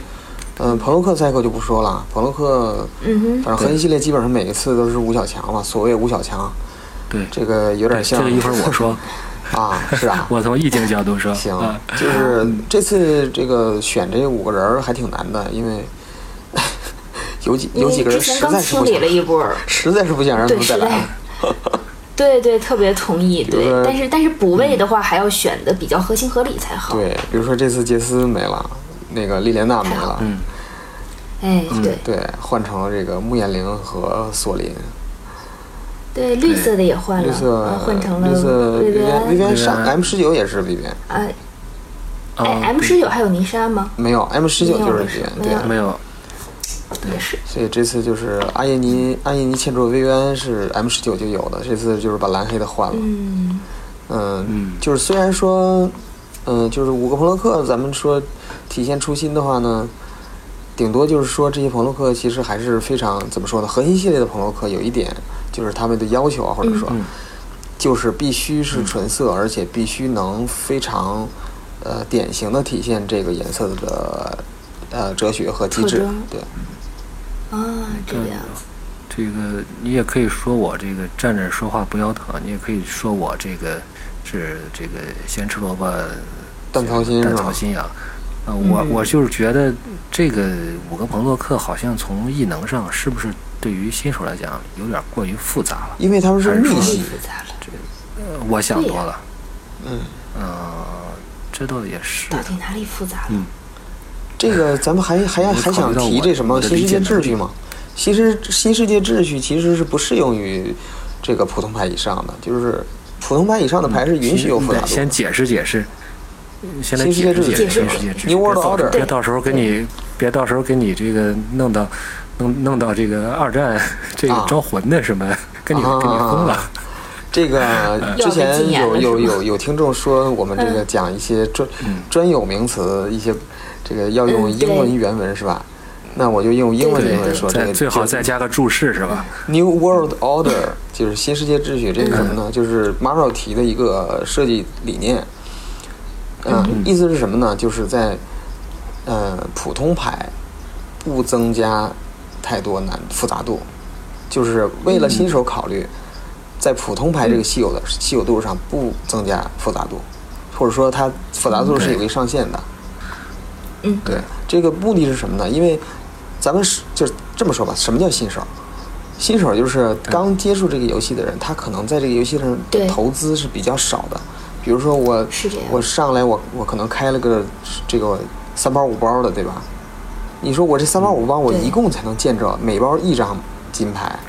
Speaker 2: 嗯、朋洛克 cycle 就不说了，朋洛克，
Speaker 1: 嗯哼
Speaker 2: 反正核心系列基本上每一次都是吴小强嘛，所谓吴小强，
Speaker 3: 对，
Speaker 2: 这个有点
Speaker 3: 这
Speaker 2: 像。
Speaker 3: 个一会儿我说，
Speaker 2: 啊，是啊，
Speaker 3: 我从易经角 度说。
Speaker 2: 行
Speaker 3: 啊，
Speaker 2: 就是这次这个选这五个人儿还挺难的，因为 有几
Speaker 1: 因
Speaker 2: 有
Speaker 1: 为
Speaker 2: 几个人
Speaker 1: 之前
Speaker 2: 实
Speaker 1: 刚
Speaker 2: 在是
Speaker 1: 清
Speaker 2: 不
Speaker 1: 理
Speaker 2: 想
Speaker 1: 了，一波儿，
Speaker 2: 实 在是不想让他
Speaker 1: 对，
Speaker 2: 们再
Speaker 1: 实
Speaker 2: 来
Speaker 1: 在
Speaker 2: 了。。
Speaker 1: 对对，特别同意。
Speaker 2: 如
Speaker 1: 对
Speaker 2: 说，
Speaker 1: 但是但是补位的话，还要选的比较合情合理才好。
Speaker 2: 对，比如说这次杰斯没了，那个莉莲娜没了，
Speaker 3: 嗯，
Speaker 1: 哎，对
Speaker 2: 对，换成了这个穆彦玲和索林，
Speaker 1: 对，绿色的也换
Speaker 2: 绿
Speaker 1: 了，
Speaker 2: 色、
Speaker 1: 啊换成
Speaker 2: 绿色
Speaker 1: 了薇薇安。
Speaker 2: 薇薇安
Speaker 3: Vivian
Speaker 2: 上 M 十九也是 V 薇安，
Speaker 1: 啊，
Speaker 3: 啊
Speaker 1: 哎，M 十九还有泥沙吗？
Speaker 2: 没有 M 十九就是 V 薇安，
Speaker 1: 没有
Speaker 2: 对。
Speaker 3: 没有，
Speaker 1: 也是。
Speaker 2: 所以这次就是阿耶尼阿耶尼欠住薇薇安是 M 十九就有的，这次就是把蓝黑的换了。
Speaker 1: 嗯，
Speaker 2: 嗯，
Speaker 3: 嗯
Speaker 2: 就是虽然说，嗯、就是五个朋洛克，咱们说体现初心的话呢，顶多就是说这些朋洛克其实还是非常怎么说呢？核心系列的朋洛克有一点就是他们的要求啊，或者说，
Speaker 3: 嗯
Speaker 2: 就是必须是纯色，而且必须能非常呃典型的体现这个颜色的呃哲学和机
Speaker 1: 特
Speaker 2: 制
Speaker 1: 征。
Speaker 2: 对，
Speaker 1: 啊，这个样子。
Speaker 3: 这个你也可以说我这个站着说话不腰疼，你也可以说我这个是这个先吃萝卜
Speaker 2: 蛋操心是
Speaker 3: 蛋
Speaker 2: 吧
Speaker 3: 操？心啊。啊，我我就是觉得这个五个朋洛克好像从异能上是不是对于新手来讲有点过于复杂了？
Speaker 2: 因为他们是
Speaker 3: 还是
Speaker 2: 密
Speaker 3: 说
Speaker 2: 系，
Speaker 1: 复杂了，
Speaker 3: 呃我想
Speaker 1: 对
Speaker 3: 多
Speaker 1: 呀
Speaker 3: 了。
Speaker 2: 嗯。
Speaker 3: 呃，这倒也是
Speaker 1: 到。底哪里复杂
Speaker 2: 嗯
Speaker 1: 了？
Speaker 2: 这个咱们还还要
Speaker 3: 我
Speaker 2: 还
Speaker 3: 考虑
Speaker 2: 想
Speaker 3: 到
Speaker 2: 提
Speaker 3: 我
Speaker 2: 这什么
Speaker 3: 我的
Speaker 2: 新
Speaker 3: 理
Speaker 2: 世界
Speaker 3: 解能
Speaker 2: 秩
Speaker 3: 力
Speaker 2: 序吗？新世新世界秩序其实是不适用于这个普通牌以上的，就是普通牌以上的牌是允许有复杂
Speaker 3: 嗯你得
Speaker 2: 度
Speaker 3: 先
Speaker 2: 的。
Speaker 3: 解释解释，先来
Speaker 2: 新世界
Speaker 3: 解释
Speaker 2: 秩序
Speaker 3: 解释
Speaker 1: 解释
Speaker 3: 世界秩序
Speaker 2: New World
Speaker 3: 别到
Speaker 2: Order
Speaker 3: 别到时候给你，别到时候给你这个弄到，弄弄到这个二战这个
Speaker 2: 啊
Speaker 3: 招魂的什么跟你跟你疯了。
Speaker 2: 这个之前嗯有有有有听众说，我们这个讲一些专、
Speaker 3: 嗯
Speaker 2: 专有名词，一些这个要用
Speaker 1: 嗯
Speaker 2: 英文原文、是吧？那我就用英文
Speaker 1: 对
Speaker 2: 原文说这
Speaker 3: 再
Speaker 2: 个，
Speaker 3: 最好
Speaker 2: 啊就
Speaker 3: 再加个注释是吧？
Speaker 2: New World Order 就是新世界秩序，这是什么呢？就是 Marshall 提的一个设计理念。嗯、意思是什么呢？就是在呃普通牌不增加太多难复杂度，就是为了新手考虑，在普通牌这个稀有的稀有度上不增加复杂度，或者说它复杂度是有一个上限的。
Speaker 1: 嗯
Speaker 2: 对，这个目的是什么呢？因为咱们是就是这么说吧，什么叫新手？新手就是刚接触这个游戏的人，他可能在这个游戏上的
Speaker 1: 对
Speaker 2: 投资是比较少的。比如说我，
Speaker 1: 是这样
Speaker 2: 我上来我我可能开了个这个三包五包的，对吧？你说我这三包五包，我
Speaker 1: 嗯对
Speaker 2: 一共才能见着每包一张金牌，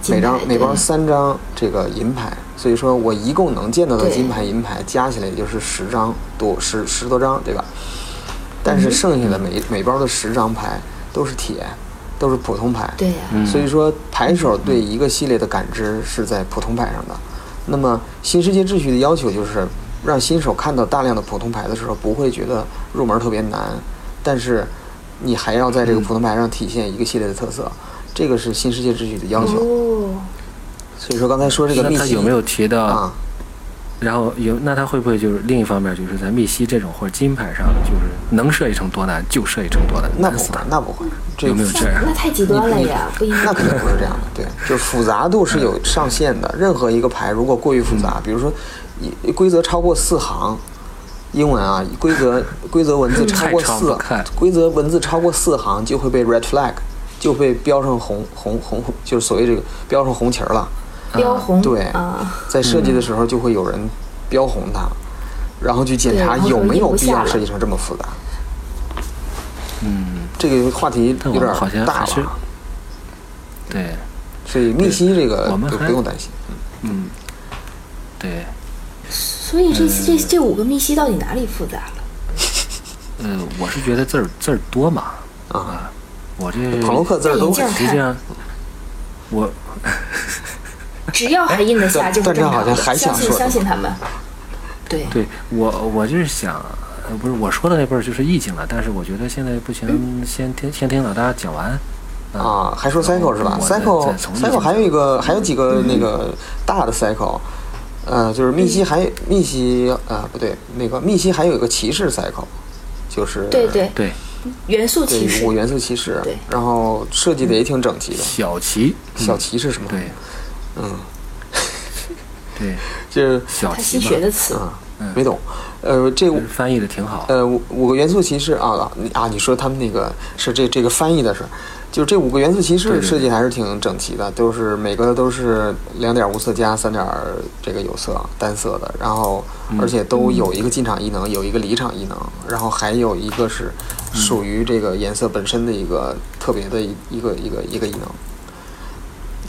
Speaker 1: 金
Speaker 2: 每
Speaker 1: 牌
Speaker 2: 张每包
Speaker 1: 对
Speaker 2: 三张这个银牌，所以说我一共能见到的
Speaker 1: 对
Speaker 2: 金牌银牌加起来也就是十张多十十多张，对吧？但
Speaker 1: 嗯
Speaker 2: 是剩下的每、每包的十张牌都是铁，都是普通牌，
Speaker 1: 对呀、
Speaker 3: 嗯
Speaker 2: 所以说牌手对一个系列的感知是在普通牌上的。那么新世界秩序的要求就是让新手看到大量的普通牌的时候，不会觉得入门特别难，但是你还要在这个
Speaker 1: 嗯
Speaker 2: 普通牌上体现一个系列的特色，这个是新世界秩序的要求。
Speaker 1: 哦，
Speaker 2: 嗯所以说刚才说这个
Speaker 3: 那
Speaker 2: 密
Speaker 3: 他
Speaker 2: 西
Speaker 3: 有没有提到？
Speaker 2: 啊，
Speaker 3: 然后有那他会不会就是另一方面就是在密西这种或者金牌上，就是能设一成多难就设一成多难，
Speaker 2: 那
Speaker 3: 难
Speaker 2: 不
Speaker 3: 死
Speaker 2: 会
Speaker 3: 他，
Speaker 2: 那不会，这
Speaker 3: 有没有这样？
Speaker 1: 那太极端了呀，
Speaker 2: 嗯
Speaker 1: 不应该。
Speaker 2: 那肯定不是这样的，对，就是复杂度是
Speaker 3: 嗯
Speaker 2: 有上限的。任何一个牌如果过于复杂，比如说一规则超过四行，英文啊，规则规则文字超过
Speaker 3: 嗯太长
Speaker 2: 四
Speaker 3: 不看，
Speaker 2: 规则文字超过四行就会被 red flag，就会标上红红红，就是所谓这个标上红旗儿了。
Speaker 1: 标红、
Speaker 2: 嗯对
Speaker 1: 啊，
Speaker 2: 在设计的时候就会有人标红它，然后去检查
Speaker 1: 对
Speaker 2: 有没有必
Speaker 1: 然后就用不下
Speaker 2: 要
Speaker 1: 了
Speaker 2: 设计成这么复杂。嗯，这个话题
Speaker 3: 但
Speaker 2: 有
Speaker 3: 我
Speaker 2: 点
Speaker 3: 们好像
Speaker 2: 大
Speaker 3: 还是
Speaker 2: 了，
Speaker 3: 对，
Speaker 2: 所以密西这个
Speaker 3: 我们
Speaker 2: 就
Speaker 3: 还
Speaker 2: 不用担心。
Speaker 3: 嗯，对，
Speaker 1: 所以这
Speaker 2: 嗯
Speaker 1: 这这五个密西到底哪里复杂了？
Speaker 3: 呃，我是觉得字儿字儿多嘛，
Speaker 2: 啊，
Speaker 3: 我这
Speaker 2: 朋洛克字儿都
Speaker 1: 戴眼镜儿
Speaker 3: 实际上我
Speaker 1: 只要还印得下
Speaker 2: 段
Speaker 1: 就是正
Speaker 2: 段
Speaker 1: 常
Speaker 2: 长好
Speaker 1: 的，
Speaker 2: 像还
Speaker 1: 相
Speaker 2: 想
Speaker 1: 信
Speaker 2: 说
Speaker 1: 相信他们。对，
Speaker 3: 对我我就是想，呃不是我说的那辈儿就是意境了，但是我觉得现在不
Speaker 1: 嗯
Speaker 3: 行，先听先听老大讲完。
Speaker 2: 啊，还说
Speaker 3: 然
Speaker 2: cycle
Speaker 3: 后
Speaker 2: 是吧
Speaker 3: 嗯我再
Speaker 2: ？cycle
Speaker 3: 再从嗯
Speaker 2: cycle 还有一个还有几个那个大的 cycle，呃，就是密西还有密西啊、呃不对，那个密西还有一个骑士 cycle，就是
Speaker 1: 对对，
Speaker 3: 对
Speaker 1: 元素骑士
Speaker 2: 对五元素骑士
Speaker 1: 对，
Speaker 2: 然后设计的也挺整齐的，
Speaker 3: 小齐，
Speaker 2: 小骑士什么？
Speaker 3: 嗯对，
Speaker 2: 嗯，
Speaker 3: 对
Speaker 2: 就是
Speaker 3: 小
Speaker 1: 他
Speaker 3: 齐
Speaker 1: 新学
Speaker 3: 嘛，嗯
Speaker 1: 的词，
Speaker 2: 啊，没懂，呃，这五
Speaker 3: 翻译的挺
Speaker 1: 嗯
Speaker 3: 好。
Speaker 2: 呃，五五个元素骑士啊你啊！你说他们那个是这这个翻译的事儿，就这五个元素骑
Speaker 3: 对
Speaker 2: 士
Speaker 3: 对
Speaker 2: 设计还是挺整齐的，都是每个都是两点无色加三点这个有色单色的，然后
Speaker 3: 嗯
Speaker 2: 而且都有一个进场异能，有一个离场异能，然后还有一个是
Speaker 3: 嗯
Speaker 2: 属于这个颜色本身的一个特别的一一个一个一个异能。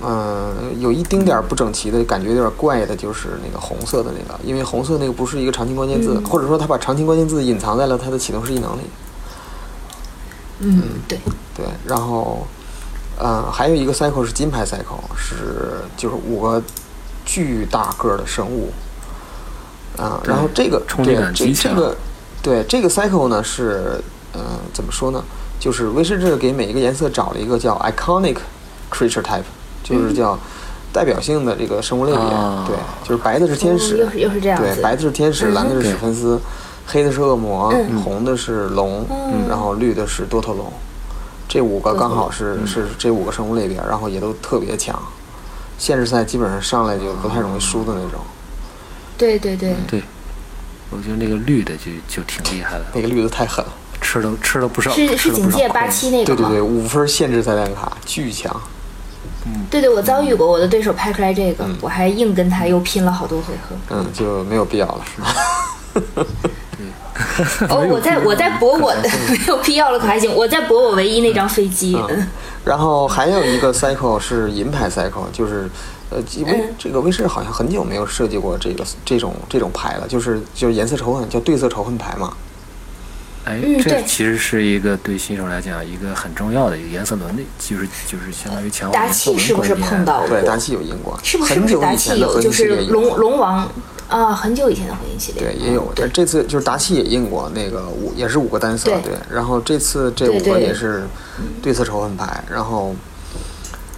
Speaker 2: 嗯，有一丁点儿不整齐的感觉，有点怪的，就是那个红色的那个，因为红色那个不是一个常青关键字，或者说他把常青关键字隐藏在了他的启动式异能里。
Speaker 1: 嗯，对，
Speaker 2: 对，然后，呃，还有一个 cycle 是金牌 cycle，是就是五个巨大个儿的生物，啊、然后这个
Speaker 3: 冲
Speaker 2: 对
Speaker 3: 击感
Speaker 2: 这
Speaker 3: 极
Speaker 2: 这
Speaker 3: 强
Speaker 2: 个对这个 cycle 呢是呃怎么说呢？就是威士忌给每一个颜色找了一个叫 iconic creature type，就是叫代表性的这个生物类别。
Speaker 3: 嗯啊
Speaker 2: 对，就是白的是天使，
Speaker 1: 哦又是又是这样
Speaker 2: 对，
Speaker 1: 子
Speaker 2: 白的是天使，蓝的是
Speaker 3: 对
Speaker 2: 史芬斯，黑的是恶魔，
Speaker 1: 嗯
Speaker 2: 红的是龙，
Speaker 1: 嗯
Speaker 2: 然后绿的是多头龙。这五个刚好是、是这五个生物类别，然后也都特别强。限制赛基本上上来就不太容易输的那种，
Speaker 1: 对对对，
Speaker 2: 嗯
Speaker 3: 对，我觉得那个绿的就就挺厉害的，
Speaker 2: 那个绿的太狠了。
Speaker 3: 吃了吃了不少，
Speaker 1: 是
Speaker 3: 吃
Speaker 1: 是
Speaker 3: 了
Speaker 1: 警
Speaker 3: 不少
Speaker 1: 戒
Speaker 3: 亏
Speaker 1: 八七那
Speaker 2: 嗯
Speaker 1: 个
Speaker 2: 对对
Speaker 1: 吗？
Speaker 2: 对，五分限制赛单卡巨强。
Speaker 1: 对对，我遭遇过，我的对手拍出来这个，我还硬跟他又拼了好多回 合。
Speaker 2: 嗯，就没有必要了。
Speaker 1: 哦，我在我在搏我的 没有必要了，可还
Speaker 3: 嗯
Speaker 1: 行。我在搏我唯一那张飞机，嗯
Speaker 2: 嗯，然后还有一个 cycle 是银牌 cycle，就是，呃，因为
Speaker 1: 嗯
Speaker 2: 这个威士好像很久没有设计过这个这种这种牌了，就是就是颜色仇恨，叫对色仇恨牌嘛。
Speaker 3: 哎
Speaker 1: 嗯，
Speaker 3: 这
Speaker 1: 对
Speaker 3: 其实是一个对新手来讲一个很重要的一个颜色轮的，就是就是相当于强化
Speaker 1: 达
Speaker 3: 颜色
Speaker 1: 契
Speaker 3: 轮
Speaker 1: 是不是
Speaker 3: 空间
Speaker 1: 碰到过？
Speaker 2: 对，达契有赢过，
Speaker 1: 是不是
Speaker 2: 很
Speaker 1: 不是
Speaker 2: 久
Speaker 1: 达
Speaker 2: 以前
Speaker 1: 契
Speaker 2: 的
Speaker 1: 有
Speaker 2: 合
Speaker 1: 就
Speaker 2: 音系列
Speaker 1: 是
Speaker 2: 有过
Speaker 1: 龙龙王啊，很久以前的回音系列，
Speaker 2: 对，也有，但这次就是达契也印过那个五，也是五个单色，
Speaker 1: 对
Speaker 2: 对。然后这次这
Speaker 1: 对
Speaker 2: 五个
Speaker 1: 对
Speaker 2: 也是对色仇恨牌，然后，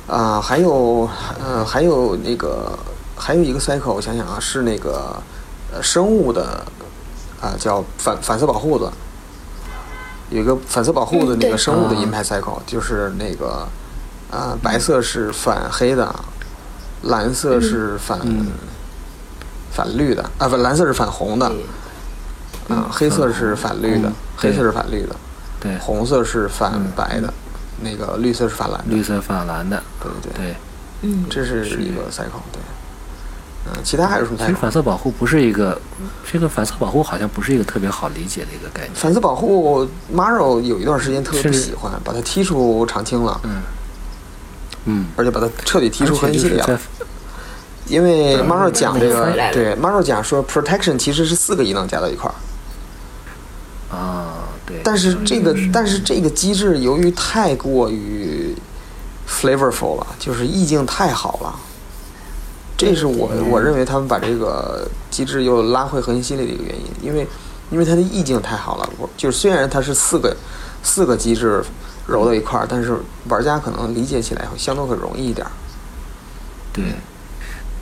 Speaker 2: 啊、还有，呃，还有那个，还有一个 cycle，我想想啊，是那个，呃，生物的，啊、叫反反色保护的，有一个反色保护的
Speaker 1: 嗯
Speaker 2: 那个
Speaker 1: 对
Speaker 2: 生物的银
Speaker 3: 啊
Speaker 2: 牌 cycle，、就是那个，呃，白色是反黑的，啊蓝色是反、
Speaker 3: 嗯
Speaker 2: 反绿的，啊不，蓝色是反红的，
Speaker 1: 对
Speaker 2: 啊，黑色是反绿的
Speaker 3: 嗯，
Speaker 2: 黑色
Speaker 3: 对
Speaker 2: 是反绿的，
Speaker 3: 对，
Speaker 2: 红色是反白的，那个绿色是反蓝的，
Speaker 3: 绿色泛蓝的，
Speaker 2: 对对对，
Speaker 3: 对。
Speaker 1: 嗯，
Speaker 2: 这是
Speaker 3: 是
Speaker 2: 一个 cycle，对。嗯，其他还有什么
Speaker 3: 其实
Speaker 2: cycle？
Speaker 3: 反色保护不是一个，这个反色保护好像不是一个特别好理解的一个概念。
Speaker 2: 反色保护 Maro 有一段时间特别不
Speaker 3: 是
Speaker 2: 喜欢，把它踢出长青了，
Speaker 3: 嗯嗯，
Speaker 2: 而且把它彻底踢
Speaker 3: 而
Speaker 2: 出
Speaker 3: 且
Speaker 2: 核心
Speaker 3: 就
Speaker 2: 系
Speaker 3: 是
Speaker 2: 列
Speaker 3: 在
Speaker 2: 了。因为 Maro 讲这
Speaker 1: 回
Speaker 2: 个
Speaker 1: 来，了
Speaker 2: 对 Maro 讲说 protection 其实是四个异能加到一块儿，
Speaker 3: 啊，对。
Speaker 2: 但是这个，但是这个机制由于太过于 flavorful 了，就是意境太好了，这是我我认为他们把这个机制又拉回核心系列的一个原因，因为因为它的意境太好了。我就是虽然它是四个四个机制揉到一块儿，但是玩家可能理解起来会相对会容易一点儿。
Speaker 3: 对，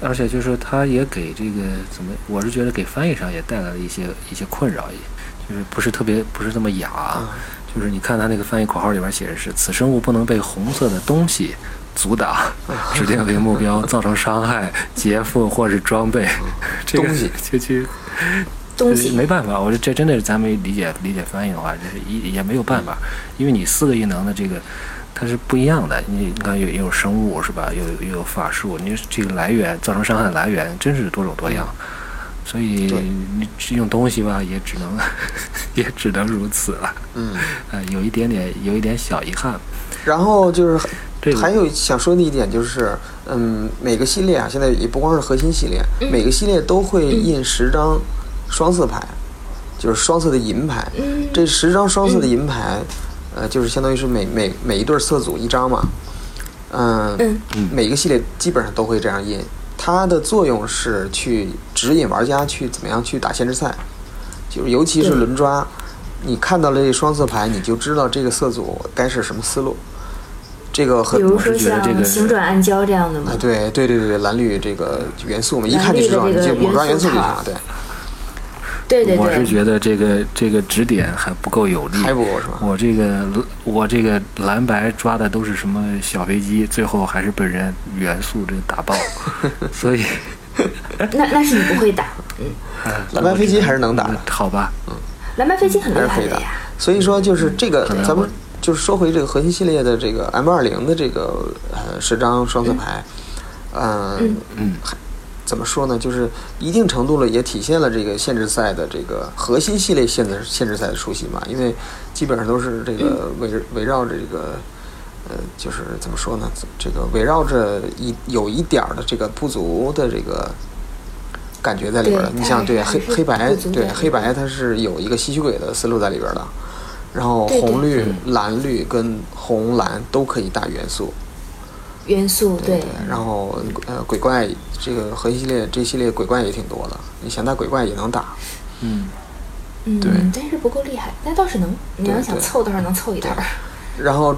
Speaker 3: 而且就是说他也给这个怎么，我是觉得给翻译上也带来了一些一些困扰，也就是不是特别不是那么雅、
Speaker 2: 嗯
Speaker 3: 啊。就是你看他那个翻译口号里边写的是“此生物不能被红色的东西阻挡，
Speaker 2: 嗯
Speaker 3: 指定为目标，造成伤害、劫富或是装备”，这个
Speaker 2: 嗯东西
Speaker 3: 就去
Speaker 1: 东
Speaker 3: 就是
Speaker 1: 西
Speaker 3: 没办法，我说这真的是咱们理解理解翻译的话，就是也也没有办法，因为你四个异能的这个它是不一样的。你你看有也有生物是吧？又有又有法术，你这个来源造成伤害的来源真是多种多样，所以
Speaker 2: 对
Speaker 3: 你只用东西吧，也只能 也只能如此了。
Speaker 2: 嗯，
Speaker 3: 呃，有一点点有一点小遗憾。
Speaker 2: 然后就是
Speaker 3: 这个
Speaker 2: 还有想说的一点就是，嗯，每个系列啊，现在也不光是核心系列，
Speaker 1: 嗯
Speaker 2: 每个系列都会印十张双色牌，就是双色的银牌。
Speaker 1: 嗯
Speaker 2: 这十张双色的银牌，呃，就是相当于是每每每一对色组一张嘛。嗯、
Speaker 1: 嗯
Speaker 2: 每个系列基本上都会这样印。它的作用是去指引玩家去怎么样去打限制赛，就是尤其是
Speaker 1: 对
Speaker 2: 轮抓，你看到了这双色牌，你就知道这个色组该是什么思路。这个很
Speaker 1: 比如
Speaker 3: 我
Speaker 1: 说
Speaker 3: 是觉得这
Speaker 1: 像
Speaker 3: 个
Speaker 1: 行转暗礁这样的嘛
Speaker 2: 啊，，对对对对，蓝绿这个元素嘛，一
Speaker 1: 蓝
Speaker 2: 看就
Speaker 1: 绿
Speaker 2: 知
Speaker 1: 的
Speaker 2: 道，
Speaker 1: 这个
Speaker 2: 你就猛
Speaker 1: 元
Speaker 2: 抓元素
Speaker 1: 素
Speaker 2: 就行
Speaker 1: 套
Speaker 2: 了。对，
Speaker 1: 对对
Speaker 3: 我是
Speaker 1: 对，
Speaker 3: 觉得这个这个指点还不够有力，
Speaker 2: 还不够是吧？
Speaker 3: 我这个我这个蓝白抓的都是什么小飞机，最后还是被人元素这个 打爆，所以
Speaker 1: 那那是你不会打，
Speaker 2: 蓝白飞机还是能打的。
Speaker 3: 嗯好吧，
Speaker 1: 蓝白飞机很
Speaker 2: 还
Speaker 1: 厉
Speaker 2: 是
Speaker 1: 害
Speaker 2: 可以
Speaker 1: 的
Speaker 2: 的
Speaker 1: 呀，。
Speaker 2: 所以说，就是这个
Speaker 3: 可能，
Speaker 2: 咱们
Speaker 3: 我
Speaker 2: 就是说回这个核心系列的这个 M 二零的这个呃十张双色牌，嗯
Speaker 3: 嗯，
Speaker 2: 怎么说呢？就是一定程度了，也体现了这个限制赛的这个核心系列限制限制赛的熟悉嘛，因为基本上都是这个
Speaker 1: 嗯
Speaker 2: 围围绕着这个。呃，就是怎么说呢？这个围绕着一有一点儿的这个不足的这个感觉在里边儿的。
Speaker 1: 对
Speaker 2: 你像
Speaker 1: 它
Speaker 2: 对
Speaker 1: 还
Speaker 2: 黑
Speaker 1: 是
Speaker 2: 黑白
Speaker 1: 不足，
Speaker 2: 对
Speaker 1: 在里
Speaker 2: 黑白，
Speaker 1: 边
Speaker 2: 它是有一个吸血鬼的思路在里边儿的。然后
Speaker 1: 对对
Speaker 2: 红绿、蓝绿跟红蓝都可以打元素，
Speaker 1: 元素对
Speaker 2: 对。然后呃，鬼怪这个核心系列这系列鬼怪也挺多的，你想打鬼怪也能打。
Speaker 3: 嗯，
Speaker 2: 对
Speaker 1: 嗯，但是不够厉害，但倒是能，你要
Speaker 2: 对
Speaker 1: 想
Speaker 2: 对
Speaker 1: 凑倒是能凑一段儿。
Speaker 2: 然后，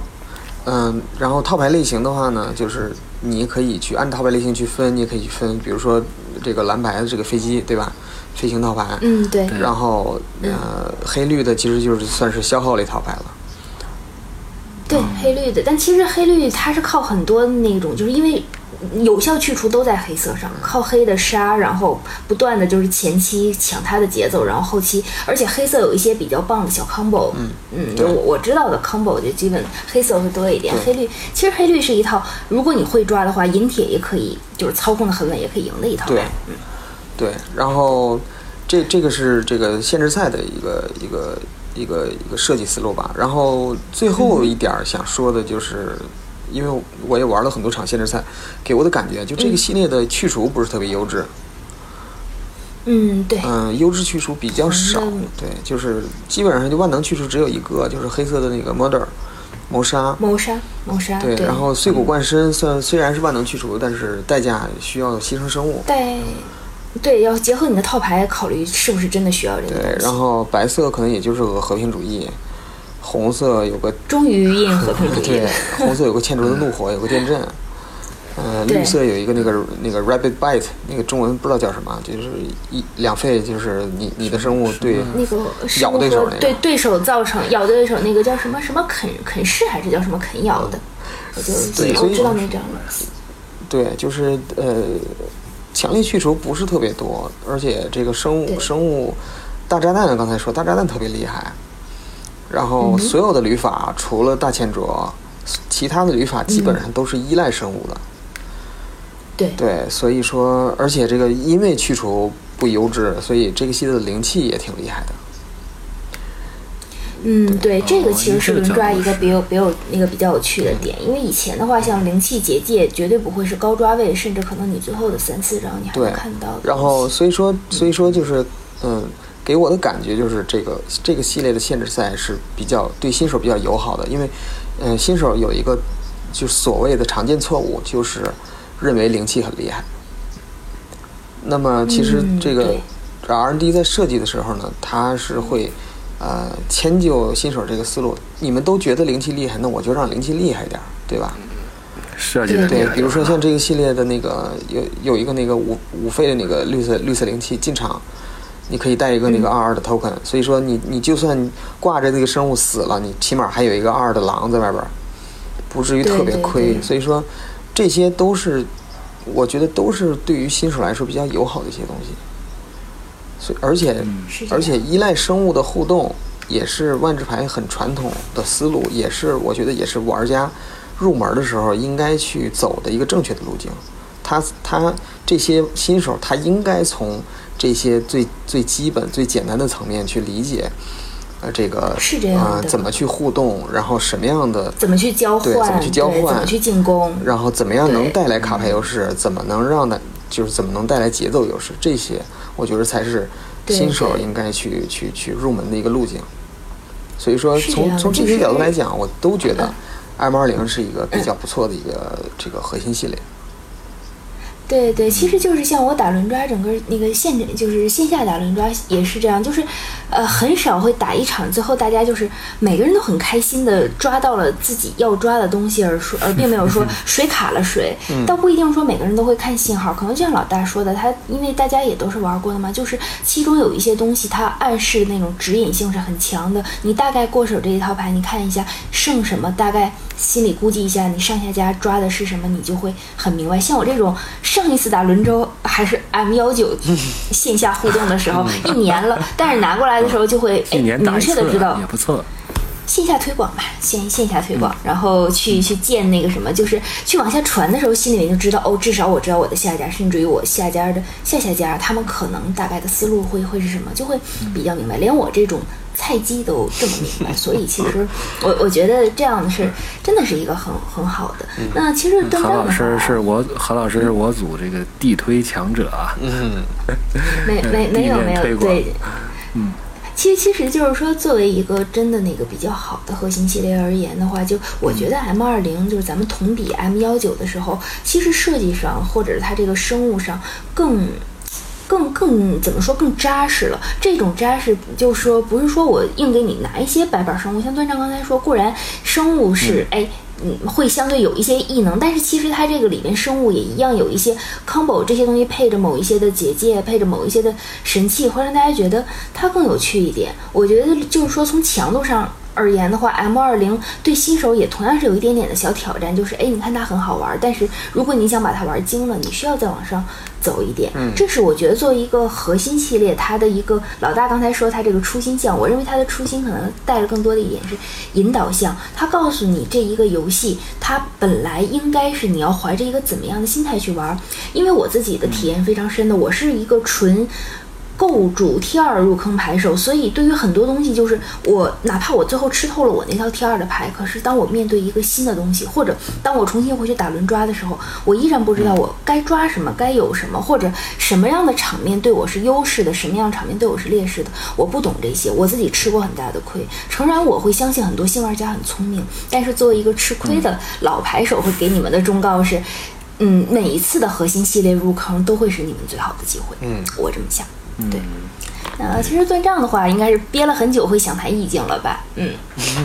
Speaker 2: 嗯、然后套牌类型的话呢，就是你可以去按套牌类型去分，你也可以去分，比如说这个蓝白的这个飞机，对吧？飞行套牌，
Speaker 1: 嗯，对，
Speaker 3: 对
Speaker 2: 然后呃黑绿的其实就是算是消耗类套牌了。
Speaker 1: 对
Speaker 2: 嗯
Speaker 1: 黑绿的，但其实黑绿它是靠很多那种，就是因为有效去除都在黑色
Speaker 2: 嗯
Speaker 1: 上，靠黑的杀，然后不断的就是前期抢它的节奏，然后后期，而且黑色有一些比较棒的小 combo，嗯嗯，
Speaker 2: 对
Speaker 1: 就我我知道的 combo 就基本黑色会多一点，黑
Speaker 2: 对
Speaker 1: 绿其实黑绿是一套，如果你会抓的话，银铁也可以，就是操控的很稳，也可以赢的一套
Speaker 2: 对
Speaker 1: 牌，
Speaker 2: 对，然后这这个是这个限制赛的一个一个一个一个设计思路吧。然后最后一点儿想说的就是，因为我也玩了很
Speaker 1: 哎
Speaker 2: 多场限制赛，给我的感觉就这个系列的去除不是特别优质。
Speaker 1: 嗯，对，
Speaker 2: 嗯，优质去除比较少
Speaker 1: 嗯，
Speaker 2: 对，就是基本上就万能去除只有一个，就是黑色的那个 murder 谋杀，
Speaker 1: 谋杀，谋杀，
Speaker 2: 对，
Speaker 1: 嗯对，嗯
Speaker 2: 然后碎骨贯身算虽然是万能去除，但是代价需要牺牲生物，
Speaker 1: 带，对，要结合你的套牌考虑是不是真的需要这个
Speaker 2: 对
Speaker 1: 东，西。
Speaker 2: 然后白色可能也就是个和平主义，红色有个
Speaker 1: 终于印和 平主义
Speaker 2: 对
Speaker 1: 了，，
Speaker 2: 红色有个欠灼的怒火，有个电震。呃，
Speaker 1: 对
Speaker 2: 绿色有一个那个那个 rabbit bite，那个中文不知道叫什么，就是一两肺，就是你你的生物对
Speaker 1: 那个是
Speaker 2: 咬
Speaker 1: 不是
Speaker 2: 对手
Speaker 1: 和
Speaker 2: 那个
Speaker 1: 对对手造成咬对手那个叫什么什么啃啃噬还是叫什么啃咬的，我就
Speaker 2: 嗯对
Speaker 1: 我
Speaker 2: 所以
Speaker 1: 知道那张了。
Speaker 2: 对，就是呃，强力去除不是特别多，而且这个生
Speaker 1: 对
Speaker 2: 物生物大炸弹刚才说大炸弹特别厉害，然
Speaker 1: 嗯
Speaker 2: 后所有的旅法、除了大欠卓，其他的旅法基
Speaker 1: 嗯
Speaker 2: 本上都是依赖生物的。
Speaker 1: 对
Speaker 2: 对，所以说，而且这个因为去除不优质，所以这个系列的灵气也挺厉害的。
Speaker 1: 嗯，对，这个其实是
Speaker 3: 这
Speaker 1: 轮
Speaker 3: 个角
Speaker 1: 抓
Speaker 3: 度
Speaker 1: 一个
Speaker 3: 哦是
Speaker 1: 比较比较那个比较有趣的点，因为以前的话，像灵气结界绝对不会是高抓位，甚至可能你最后的三四张你还能
Speaker 2: 对
Speaker 1: 看到的东西。
Speaker 2: 然后所以说，所以说就是，嗯，给我的感觉就是这个这个系列的限制赛是比较对新手比较友好的，因为，嗯，新手有一个就是所谓的常见错误，就是认为灵气很厉害。那么其实
Speaker 1: 嗯
Speaker 2: 这个
Speaker 1: 对
Speaker 2: R&D 在设计的时候呢，它是会呃迁就新手这个思路，你们都觉得灵气厉害，那我就让灵气厉害一点儿，对吧？
Speaker 3: 设计的啊
Speaker 2: 对
Speaker 3: 厉，害
Speaker 2: 比如说像这个系列的那个有有一个那个五五费的那个绿色绿色灵气进场，你可以带一个那
Speaker 1: 嗯
Speaker 2: 个二二的 token，、所以说你你就算挂着那个生物死了，你起码还有一个二二的狼在外边儿，不至于
Speaker 1: 对
Speaker 2: 特别
Speaker 1: 对
Speaker 2: 亏。
Speaker 1: 对
Speaker 2: 所以说这些都是我觉得都是对于新手来说比较友好的一些东西。所以而且、
Speaker 1: 是这
Speaker 2: 而且
Speaker 1: 样
Speaker 2: 依赖生物的互动也是万智牌很传统的思路，也是我觉得也是玩家入门的时候应该去走的一个正确的路径。他他这些新手，他应该从这些最最基本、最简单的层面去理解，呃，这个
Speaker 1: 是这样
Speaker 2: 呃
Speaker 1: 的
Speaker 2: 怎么去互动，然后什么样的
Speaker 1: 怎么去交换，
Speaker 2: 对怎么去交
Speaker 1: 对怎么
Speaker 2: 换
Speaker 1: 去进攻，
Speaker 2: 然后怎么样能
Speaker 1: 对
Speaker 2: 带来卡牌优势？怎么能让的，就是怎么能带来节奏优势？这些我觉得才是
Speaker 1: 对
Speaker 2: 新手
Speaker 1: 对
Speaker 2: 应该去去去入门的一个路径。所以说
Speaker 1: 是这
Speaker 2: 从，
Speaker 1: 样
Speaker 2: 从
Speaker 1: 就
Speaker 2: 这些角度
Speaker 1: 是嗯
Speaker 2: 来讲，我都觉得 M 二零是一个比较不错的一个呃这个核心系列。
Speaker 1: 对对，其实就是像我打轮抓，整个那个线就是线下打轮抓也是这样，就是，呃，很少会打一场，最后大家就是每个人都很开心的抓到了自己要抓的东西，而说而并没有说谁卡了谁，倒不一定说每个人都会看信号，可能就像老大说的，他因为大家也都是玩过的嘛，就是其中有一些东西它暗示那种指引性是很强的，你大概过手这一套牌，你看一下剩什么，大概心里估计一下你上下家抓的是什么，你就会很明白。像我这种上一次打轮周还是 M 幺 九线下互动的时候，一年了，但是拿过来的时候就会哎
Speaker 3: 嗯一年打
Speaker 1: 明
Speaker 3: 一
Speaker 1: 确
Speaker 3: 次啊
Speaker 1: 的知道
Speaker 3: 也不错。
Speaker 1: 线下推广吧，线线下推广，
Speaker 3: 嗯
Speaker 1: 然后去去建那个什么，就是去往下传的时候，心里面就知道哦，至少我知道我的下家，甚至于我下家的下下家，他们可能大概的思路会会是什么，就会比较
Speaker 3: 嗯
Speaker 1: 明白。连我这种菜鸡都这么明白，所以其 实我我觉得这样是真的是一个很很好的。那其实登
Speaker 3: 何
Speaker 1: 山的
Speaker 3: 嗯老师
Speaker 1: 话，
Speaker 3: 是我，何老师是我组这个地推强者啊，
Speaker 2: 嗯，
Speaker 1: 没没没有
Speaker 3: 呃地面
Speaker 1: 没
Speaker 3: 推
Speaker 1: 有
Speaker 3: 广嗯
Speaker 1: 对，其实其实就是说，作为一个真的那个比较好的核心系列而言的话，就我觉
Speaker 3: 嗯
Speaker 1: 得 M 二零就是咱们同比 M 幺九的时候，其实设计上或者是它这个生物上更。更更怎么说更扎实了？这种扎实就是说，不是说我硬给你拿一些白板生物，像段章刚才说，固然生物是、哎，嗯，会相对有一些异能，但是其实它这个里面生物也一样有一些 combo 这些东西配着某一些的结界，配着某一些的神器，会让大家觉得它更有趣一点。我觉得就是说从强度上而言的话，M 二零对新手也同样是有一点点的小挑战，就是哎，你看它很好玩，但是如果你想把它玩精了，你需要再往上走一点。这是我觉得作为一个核心系列，它的一个老大刚才说它这个初心项，我认为它的初心可能带着更多的一点是引导项，它告诉你这一个游戏它本来应该是你要怀着一个怎么样的心态去玩儿。因为我自己的体验非常深的，我是一个纯。构筑 T 二入坑牌手，所以对于很多东西，就是我哪怕我最后吃透了我那套 T 二的牌，可是当我面对一个新的东西，或者当我重新回去打轮抓的时候，我依然不知道我该抓什么，该有什么，或者什么样的场面对我是优势的，什么样场面对我是劣势的，我不懂这些，我自己吃过很大的亏。诚然，我会相信很多新玩家很聪明，但是作为一个吃亏的老牌手，会给你们的忠告是。嗯，每一次的核心系列入坑都会是你们最好的机会。
Speaker 2: 嗯，
Speaker 1: 我这么想。对，那呃其实断账的话，应该是憋了很久会想谈意境了吧？嗯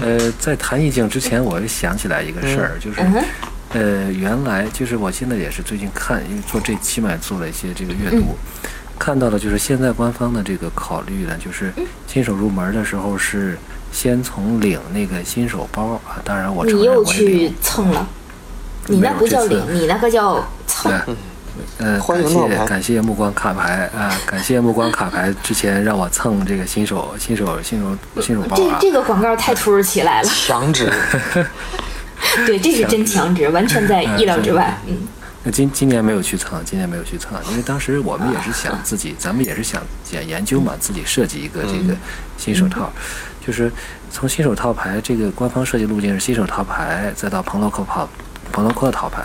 Speaker 3: 呃，在谈意境之前，我想起来一个事儿，就是
Speaker 1: 嗯哼
Speaker 3: 呃，原来就是我现在也是最近看，因为做这期嘛，做了一些这个阅读，
Speaker 1: 嗯
Speaker 3: 看到了就是现在官方的这个考虑呢，就是
Speaker 1: 嗯
Speaker 3: 新手入门的时候是先从领那个新手包啊，当然我承
Speaker 1: 你
Speaker 3: 认
Speaker 1: 又
Speaker 3: 我也领
Speaker 1: 去蹭了，你那不叫领，你那个叫蹭
Speaker 3: 对。，呃，
Speaker 2: 欢
Speaker 3: 感
Speaker 2: 迎冒牌
Speaker 3: 谢感谢目光卡牌啊、感谢目光卡牌之前让我蹭这个新手新手新手新手包
Speaker 1: 这
Speaker 3: 啊，
Speaker 1: 这个广告太土耳其来了，
Speaker 2: 强制
Speaker 1: 对，这是真强制，完全在意料之外。嗯，
Speaker 3: 那今今年没有去蹭，今年没有去蹭，因为当时我们也是想自己，咱们也是想研研究嘛，自己设计一个这个新手套，就是从新手套牌这个官方设计路径是新手套牌，再到彭洛克跑彭洛克套牌，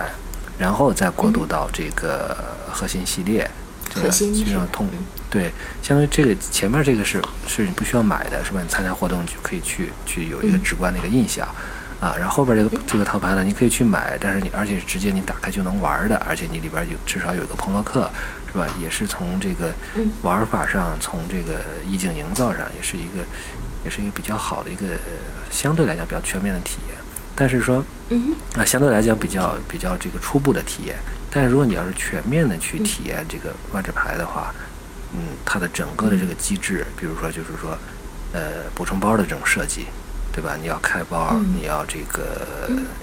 Speaker 3: 然后再过渡到这个核心系列，这
Speaker 1: 核
Speaker 3: 个
Speaker 1: 心
Speaker 3: 这
Speaker 1: 是
Speaker 3: 种通对，相当于这个前面这个是是你不需要买的，是吧？你参加活动就可以去去有一个直观的一个印象。啊，然后后边这个这个套牌呢，你可以去买，但是你而且是直接你打开就能玩儿的，而且你里边有至少有一个朋洛克，是吧？也是从这个
Speaker 1: 嗯
Speaker 3: 玩法上，从这个意境营造上，也是一个也是一个比较好的一个呃相对来讲比较全面的体验。但是说，
Speaker 1: 嗯
Speaker 3: 啊，相对来讲比较比较这个初步的体验。但是如果你要是全面的去体验这个万智牌的话，嗯，它的整个的这个机制，比如说就是说，呃，补充包的这种设计，对吧？你要开包，
Speaker 1: 嗯
Speaker 3: 你要这个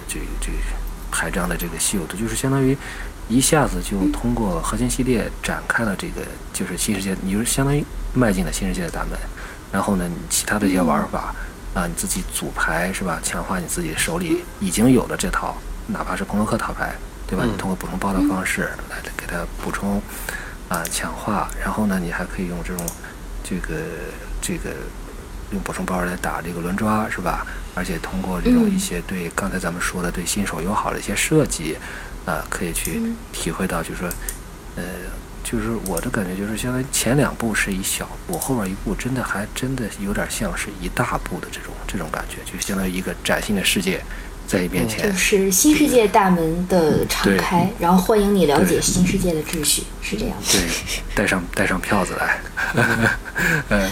Speaker 3: 这个这个牌张的这个稀有度，就是相当于一下子就通过核心系列展开了这个就是新世界，你就是相当于迈进了新世界的大门。然后呢，你其他的一些玩法啊，你自己组牌是吧？强化你自己手里已经有的这套，哪怕是朋洛克套牌，对吧？你通过补充包的方式来给它补充啊、强化，然后呢，你还可以用这种这个这个用补充包来打这个轮抓是吧？而且通过这种一些对刚才咱们说的对新手友好的一些设计，啊、可以去
Speaker 1: 嗯
Speaker 3: 体会到，就是说，呃，就是我的感觉就是，相当于前两步是一小步，后边一步真的还真的有点像是一大步的这种这种感觉，就相当于一个崭新的世界在你面前。
Speaker 1: 嗯就是新世界大门的敞
Speaker 3: 对嗯
Speaker 1: 开，然后欢迎你了解
Speaker 3: 对嗯
Speaker 1: 新世界的秩序，是这样 的。
Speaker 3: 对，带上带上票子来， 嗯，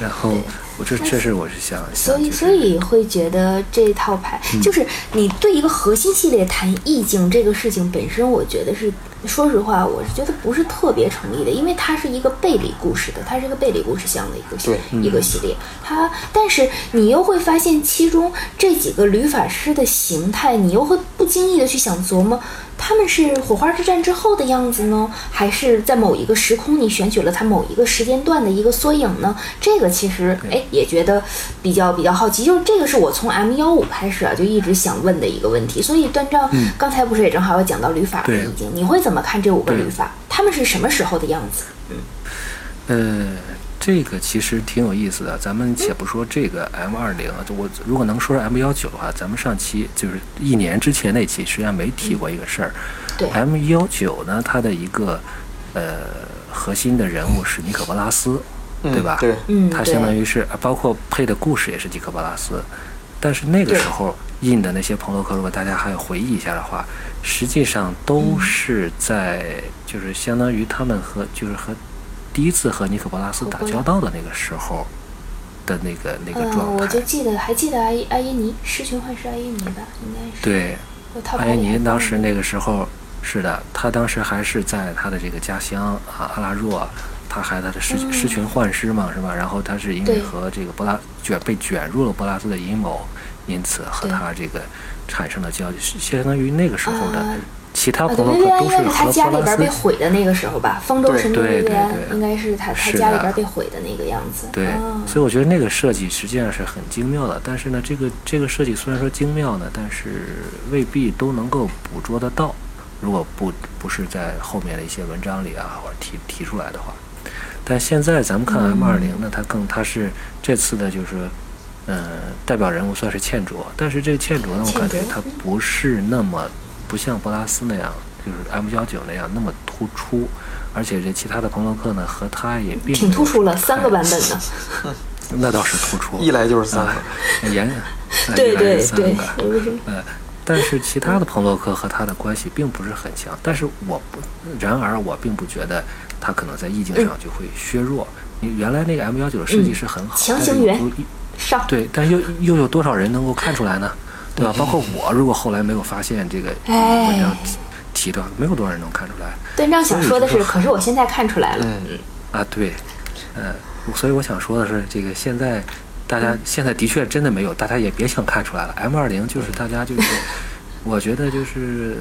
Speaker 3: 然后我这这是我是想，
Speaker 1: 所以，
Speaker 3: 想就是嗯
Speaker 1: 所以会觉得这套牌、就是你对一个核心系列谈意境这个事情本身，我觉得是，说实话，我是觉得不是特别成立的，因为它是一个背离故事的，它是一个背离故事向的一个系
Speaker 2: 对
Speaker 1: 一
Speaker 3: 嗯
Speaker 1: 个系列。它，但是你又会发现其中这几个旅法师的形态，你又会不经意的去想琢磨，他们是火花之战之后的样子呢，还是在某一个时空你选取了它某一个时间段的一个缩影呢？这个其实哎也觉得比较比较好奇，就是这个是我从 M 幺五开始啊就一直想问的一个问题。所以段章、刚才不是也正好要讲到旅法了
Speaker 3: 嗯对
Speaker 1: 已经，你会怎么看这五个
Speaker 3: 对
Speaker 1: 旅法？他们是什么时候的样子？
Speaker 3: 呃，这个其实挺有意思的。咱们且不说这个 M 二零，啊就我如果能说是 M 幺九的话，咱们上期就是一年之前那期，实际上没提过一个事儿。
Speaker 1: 嗯对
Speaker 3: M 幺九呢，它的一个呃核心的人物是尼可波拉斯，
Speaker 2: 嗯
Speaker 3: 对吧？
Speaker 2: 对
Speaker 1: 嗯
Speaker 3: 它
Speaker 1: 对
Speaker 3: 相当于是包括配的故事也是尼可波拉斯，但是那个
Speaker 1: 对
Speaker 3: 时候印的那些朋洛克，如果大家还有回忆一下的话，实际上都是在就是相当于他们和就是和第一次和尼可波拉斯打交道的那个时候的那个那个
Speaker 1: 嗯，
Speaker 3: 状
Speaker 1: 我
Speaker 3: 态
Speaker 1: 就。记得还记得阿耶阿耶尼狮群幻是阿耶尼吧，应该是。
Speaker 3: 对，
Speaker 1: 我套牌
Speaker 3: 艾
Speaker 1: 里还
Speaker 3: 哎您
Speaker 1: 放
Speaker 3: 当
Speaker 1: 了
Speaker 3: 时那个时候，是的，他当时还是在他的这个家乡啊阿拉若，他还他的狮
Speaker 1: 嗯
Speaker 3: 狮群幻师嘛，是吧？然后他是因为
Speaker 1: 对
Speaker 3: 和这个波拉卷被卷入了波拉斯的阴谋，因此和
Speaker 1: 对
Speaker 3: 他这个产生了交集，是相当于那个时候的
Speaker 1: 啊
Speaker 3: 其他
Speaker 1: 啊，
Speaker 3: 朋
Speaker 1: 对，
Speaker 3: 洛
Speaker 1: 薇薇
Speaker 3: 克
Speaker 1: 安
Speaker 3: 都
Speaker 1: 应
Speaker 3: 是
Speaker 1: 该是他
Speaker 3: 和
Speaker 1: 家
Speaker 3: 波
Speaker 1: 里
Speaker 3: 拉
Speaker 1: 边
Speaker 3: 斯
Speaker 1: 被毁的那个时候吧，方舟
Speaker 2: 对
Speaker 1: 神兵薇
Speaker 3: 对
Speaker 1: 薇安
Speaker 3: 对对
Speaker 1: 应该是他他
Speaker 3: 是
Speaker 1: 家里
Speaker 3: 的
Speaker 1: 边被毁的那个样子。
Speaker 3: 对，
Speaker 1: 哦
Speaker 3: 所以我觉得那个设计实际上是很精妙的，但是呢，这个这个设计虽然说精妙呢，但是未必都能够捕捉得到，如果不不是在后面的一些文章里啊，或者提提出来的话，但现在咱们看
Speaker 1: 嗯
Speaker 3: M 二零呢，它更它是这次的就是说，呃，代表人物算是倩卓，但是这倩卓呢，我感觉
Speaker 1: 倩卓
Speaker 3: 它不是那么不像博拉斯那样，就是 M 幺九那样那么突出，而且这其他的朋洛克呢和他也并
Speaker 1: 挺
Speaker 3: 没有
Speaker 1: 突出了，三个版本呢。
Speaker 3: 那倒是突出，
Speaker 2: 一来就是三个
Speaker 3: 啊，严， 呃
Speaker 1: 对
Speaker 3: 一来
Speaker 1: 对
Speaker 3: 是三
Speaker 1: 对
Speaker 3: 个，
Speaker 1: 我们是
Speaker 3: 呃，但是其他的朋洛克和他的关系并不是很强，但是我不，然而我并不觉得他可能在意境
Speaker 1: 嗯
Speaker 3: 上就会削弱。你原来那个 M 幺九的设计是很好，
Speaker 1: 强
Speaker 3: 但是
Speaker 1: 行
Speaker 3: 有
Speaker 1: 圆
Speaker 3: 有
Speaker 1: 上。
Speaker 3: 对，但又又有多少人能够看出来呢？对吧？包括我，如果后来没有发现这个
Speaker 1: 哎
Speaker 3: 文章提提到，没有多少人能看出来。
Speaker 1: 段章想说的
Speaker 3: 所以
Speaker 1: 是，
Speaker 3: 就是
Speaker 1: 可是我现在看出来了，
Speaker 2: 嗯，
Speaker 3: 啊，对，呃，所以我想说的是，这个现在大家现在的确真的没有，大家也别想看出来了。M 二零就是大家就是，我觉得就是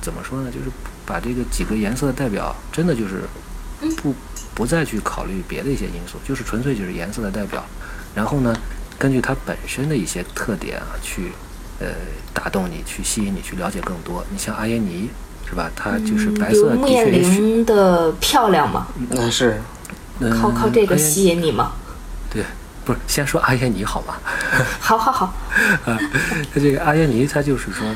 Speaker 3: 怎么说呢，就是把这个几个颜色的代表，真的就是
Speaker 1: 嗯
Speaker 3: 不不再去考虑别的一些因素，就是纯粹就是颜色的代表，然后呢，根据它本身的一些特点啊，去呃打动你，去吸引你，去了解更多。你像阿耶尼。是吧？它就是白
Speaker 1: 比如
Speaker 3: 色，
Speaker 1: 穆
Speaker 3: 的
Speaker 1: 艳
Speaker 3: 确是，
Speaker 1: 玲的漂亮嘛，
Speaker 2: 那是
Speaker 3: 嗯
Speaker 1: 靠靠这个
Speaker 3: 阿耶
Speaker 1: 吸引你吗？
Speaker 3: 对，不是先说阿耶尼好吗？
Speaker 1: 好好好，
Speaker 3: 啊，他 这个阿耶尼，他就是说，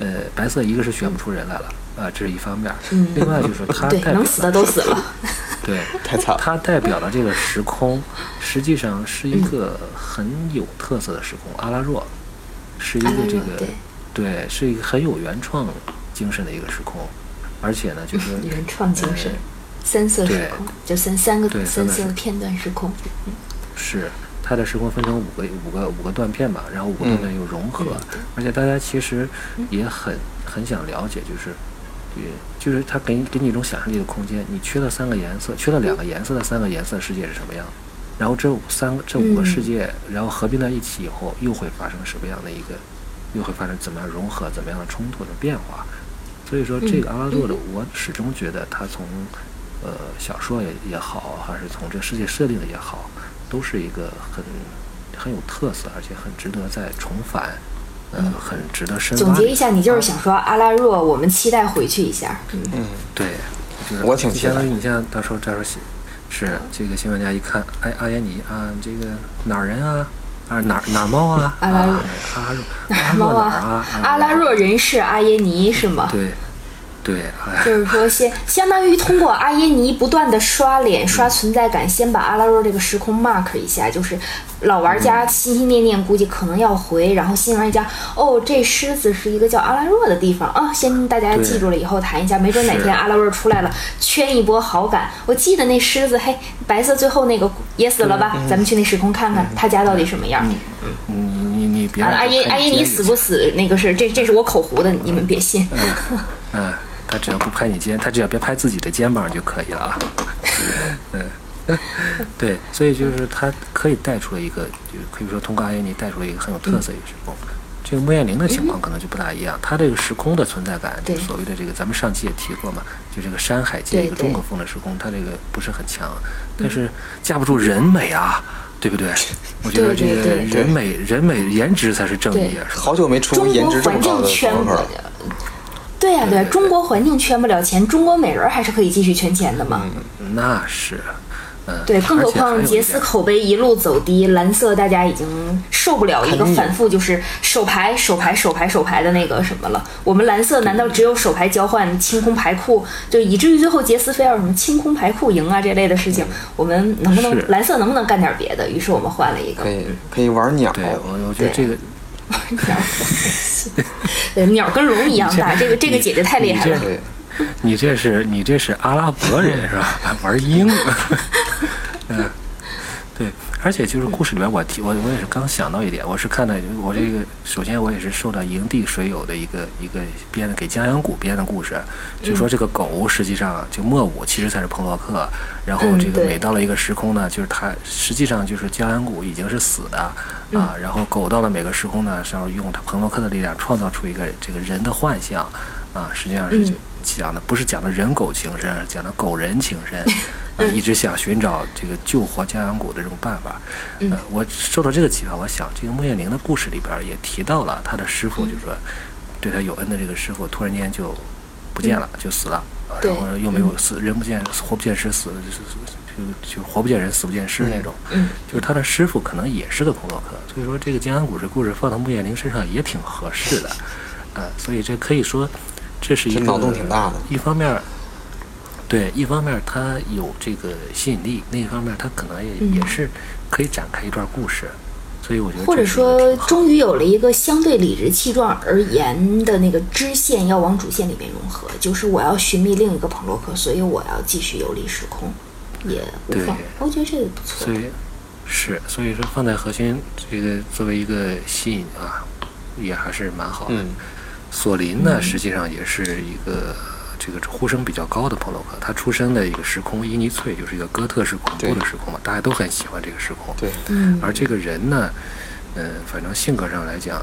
Speaker 3: 呃，白色一个是选不出人来了，啊，这是一方面儿。
Speaker 1: 嗯
Speaker 3: 另外就是他
Speaker 1: 对，
Speaker 3: 代表
Speaker 1: 能死的都死了，
Speaker 3: 对，
Speaker 2: 太惨了。
Speaker 3: 它代表了这个时空，实际上是一
Speaker 1: 嗯
Speaker 3: 个很有特色的时空。阿拉若是一个
Speaker 1: 阿拉若
Speaker 3: 这个
Speaker 1: 嗯对
Speaker 3: 对，是一个很有原创精神的一个时空，而且呢，就是
Speaker 1: 原创精神，三色时空
Speaker 3: 对
Speaker 1: 就三三个
Speaker 3: 对
Speaker 1: 三
Speaker 3: 三
Speaker 1: 色
Speaker 3: 个
Speaker 1: 片段时空，
Speaker 3: 是它的时空分成五个五个五个断片吧，然后五个断片又融合，而且大家其实也很很想了解，就是。也就是它给你给你一种想象力的空间，你缺了三个颜色，缺了两个颜色的三个颜色的世界是什么样的？然后这五三个这五个
Speaker 1: 嗯
Speaker 3: 世界，然后合并在一起以后，又会发生什么样的一个，又会发生怎么样融合，怎么样的冲突的变化？所以说，这
Speaker 1: 嗯
Speaker 3: 个阿拉若的，我始终觉得他从呃小说也也好，还是从这个世界设定的也好，都是一个很很有特色，而且很值得再重返，呃，很值得深
Speaker 1: 嗯总
Speaker 3: 挖的
Speaker 1: 结一下，你就是想说阿拉若，我们期待回去一下，嗯，
Speaker 2: 嗯，
Speaker 3: 对，就是
Speaker 2: 我挺期
Speaker 3: 相当于
Speaker 2: 待
Speaker 3: 你像到时候到时候写，是这个新玩家一看，哎，阿耶尼啊，这个哪儿人啊？啊 哪儿哪儿猫啊？啊
Speaker 1: 阿拉若
Speaker 3: 阿拉若阿拉
Speaker 1: 猫
Speaker 3: 若哪儿
Speaker 1: 啊
Speaker 3: 啊？，
Speaker 1: 阿拉若人是阿耶尼是吗？
Speaker 3: 对对，哎
Speaker 1: 就是说先相当于通过阿耶尼不断的刷脸、刷存在感，先把阿拉若这个时空 mark 一下。就是老玩家心心念念，估计可能要回，然后新玩家哦，这狮子是一个叫阿拉若的地方啊，先大家
Speaker 3: 对
Speaker 1: 记住了以后谈一下，没准哪
Speaker 3: 是
Speaker 1: 天阿拉若出来了，圈一波好感。我记得那狮子，嘿，白色最后那个也死了吧？
Speaker 3: 嗯
Speaker 1: 咱们去那时空看看他家到底什么样。
Speaker 3: 你你你别
Speaker 1: 完了，
Speaker 3: 让
Speaker 1: 阿
Speaker 3: 我
Speaker 1: 耶
Speaker 3: 看
Speaker 1: 阿耶
Speaker 3: 结
Speaker 1: 尼
Speaker 3: 语
Speaker 1: 死不死那个是这这是我口胡的，你们别信。
Speaker 3: 嗯，他只要不拍你肩，他只要别拍自己的肩膀就可以了 啊。嗯，对，所以就是他可以带出了一个，就可以说通过阿耶尼带出了一个很有特色的一个时空。这个穆艳玲的情况可能就不大一样，她这个时空的存在感，就
Speaker 1: 对
Speaker 3: 所谓的这个，咱们上期也提过嘛，就这个山海界
Speaker 1: 对
Speaker 3: 一个
Speaker 1: 对
Speaker 3: 中国风的时空，它这个不是很强，但是架不住人美啊，对不对？我觉得这
Speaker 1: 对对
Speaker 3: 个
Speaker 1: 对
Speaker 2: 对
Speaker 3: 人美人美颜值才是正义啊，是吧？
Speaker 2: 好久没出
Speaker 1: 中
Speaker 2: 颜
Speaker 1: 国
Speaker 2: 值这么
Speaker 1: 环
Speaker 2: 高
Speaker 1: 境
Speaker 2: 的
Speaker 1: 圈
Speaker 2: 朋
Speaker 1: 不
Speaker 2: 克了。
Speaker 1: 了。对呀、
Speaker 3: 对
Speaker 1: 对呀、
Speaker 3: 对对
Speaker 1: 中国环境圈不了钱，中国美人儿还是可以继续圈钱的嘛。
Speaker 3: 那是，嗯，
Speaker 1: 对，更
Speaker 3: 而
Speaker 1: 何
Speaker 3: 且还有
Speaker 1: 况
Speaker 3: 一
Speaker 1: 杰
Speaker 3: 点
Speaker 1: 斯口碑一路走低，蓝色大家已经受不了一个
Speaker 2: 很腻
Speaker 1: 反复就是手牌、手牌、手牌、手牌的那个什么了。我们蓝色难道只有手牌交换、清空牌库，就以至于最后杰斯非要什么清空牌库赢啊这类的事情？我们能不
Speaker 3: 是
Speaker 1: 能蓝色能不能干点别的？于是我们换了一个
Speaker 2: 可以可以玩鸟，
Speaker 3: 对我，我觉得
Speaker 1: 对
Speaker 3: 这个
Speaker 1: 鸟，对呃鸟跟龙一样大，这个这个姐姐太厉害
Speaker 3: 你
Speaker 1: 了
Speaker 3: 这。
Speaker 2: 对，
Speaker 3: 你这是你这是阿拉伯人是吧？ 玩鹰，嗯，对，而且就是故事里面我提我我也是刚想到一点，我是看到我这个首先我也是受到营地水友的一个一个编的给江阳谷编的故事，就
Speaker 1: 嗯
Speaker 3: 说这个狗实际上就莫武其实才是彭洛克，然后
Speaker 1: 嗯
Speaker 3: 这个
Speaker 1: 对
Speaker 3: 每到了一个时空呢，就是他实际上就是江阳谷已经是死的
Speaker 1: 嗯
Speaker 3: 啊，然后狗到了每个时空呢，然后用他彭洛克的力量创造出一个这个人的幻象啊，实际上是就。
Speaker 1: 嗯
Speaker 3: 讲的不是讲的人狗情深，而是讲的狗人情 深，呃
Speaker 1: 嗯
Speaker 3: 一直想寻找这个救活江阳谷的这种办法。嗯、呃，我受到这个启发，我想这个穆艳玲的故事里边也提到
Speaker 1: 嗯
Speaker 3: 了他的师傅，就是说对他有恩的这个师傅突然间就不见了，就死了。啊，
Speaker 1: 嗯对嗯
Speaker 3: 然后又没有死人不见活不见尸，死就就活不见人死不见尸那种。
Speaker 1: 嗯
Speaker 3: 就是他的师傅可能也是个朋洛克，所以说这个金安谷这故事放到穆剑灵身上也挺合适的，呃，所以这可以说这是一
Speaker 2: 这
Speaker 3: 个
Speaker 2: 脑洞挺大的
Speaker 3: 一方面儿，对，一方面儿它有这个吸引力，另一方面儿它可能也、
Speaker 1: 嗯
Speaker 3: 也是可以展开一段故事，所以我觉得
Speaker 1: 或者
Speaker 3: 这是一个
Speaker 1: 说
Speaker 3: 挺好，
Speaker 1: 终于有了一个相对理直气壮而言的那个支线，要往主线里面融合，就是我要寻觅另一个彭洛克，所以我要继续游离时空，也无
Speaker 3: 对
Speaker 1: 妨。我觉得这个不错
Speaker 3: 所。以是所以说放在核心这个作为一个吸引啊，也还是蛮好的。
Speaker 2: 嗯，
Speaker 3: 索林呢，实际上也是一个这个呼声比较高的朋洛克，他出生的一个时空伊尼翠就是一个哥特式恐怖的
Speaker 2: 对
Speaker 3: 时空嘛，大家都很喜欢这个时空。
Speaker 2: 对，
Speaker 1: 嗯，
Speaker 3: 而这个人呢，呃，反正性格上来讲，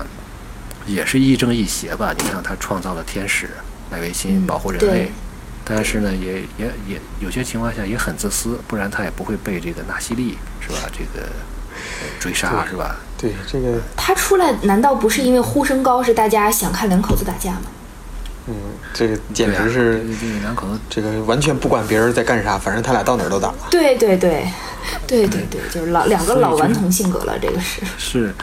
Speaker 3: 也是亦正亦邪吧。你看他创造了天使莱维辛，
Speaker 1: 嗯
Speaker 3: 保护人
Speaker 1: 对
Speaker 3: 类，但是呢，也也也有些情况下也很自私，不然他也不会被这个纳西利是吧？这个呃追杀
Speaker 2: 对
Speaker 3: 是吧？
Speaker 2: 对，这个
Speaker 1: 他出来难道不是因为呼声高，是大家想看两口子打架吗？
Speaker 2: 嗯，这个简直是
Speaker 3: 对啊这个两口子
Speaker 2: 这个完全不管别人在干啥，反正他俩到哪儿都打。
Speaker 1: 对对对，对对对，就是老两个
Speaker 3: 所以
Speaker 1: 老
Speaker 3: 就是
Speaker 1: 顽童性格了，这个是。
Speaker 3: 是，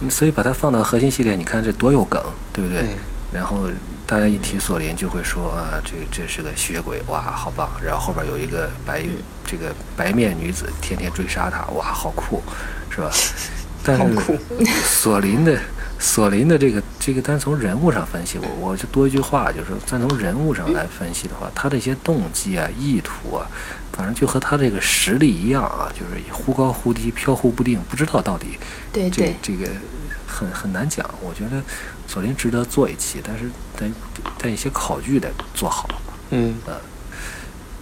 Speaker 3: 嗯所以把它放到核心系列，你看这多有梗，对不对？
Speaker 2: 嗯
Speaker 3: 然后大家一提索林就会说啊，这这是个吸血鬼，哇，好棒！然后后边有一个白、这个白面女子天天追杀他，哇，好酷，是吧？但
Speaker 2: 好
Speaker 3: 是
Speaker 2: 酷
Speaker 3: 索林的索林的这个这个，单从人物上分析，我我就多一句话，就是说单从人物上来分析的话，他的一些动机啊、意图啊，反正就和他这个实力一样啊，就是忽高忽低、飘忽不定，不知道到底
Speaker 1: 对
Speaker 3: 这
Speaker 1: 哎对，
Speaker 3: 这个很很难讲。我觉得索林值得做一期，但是得得一些考据得做好。
Speaker 2: 嗯，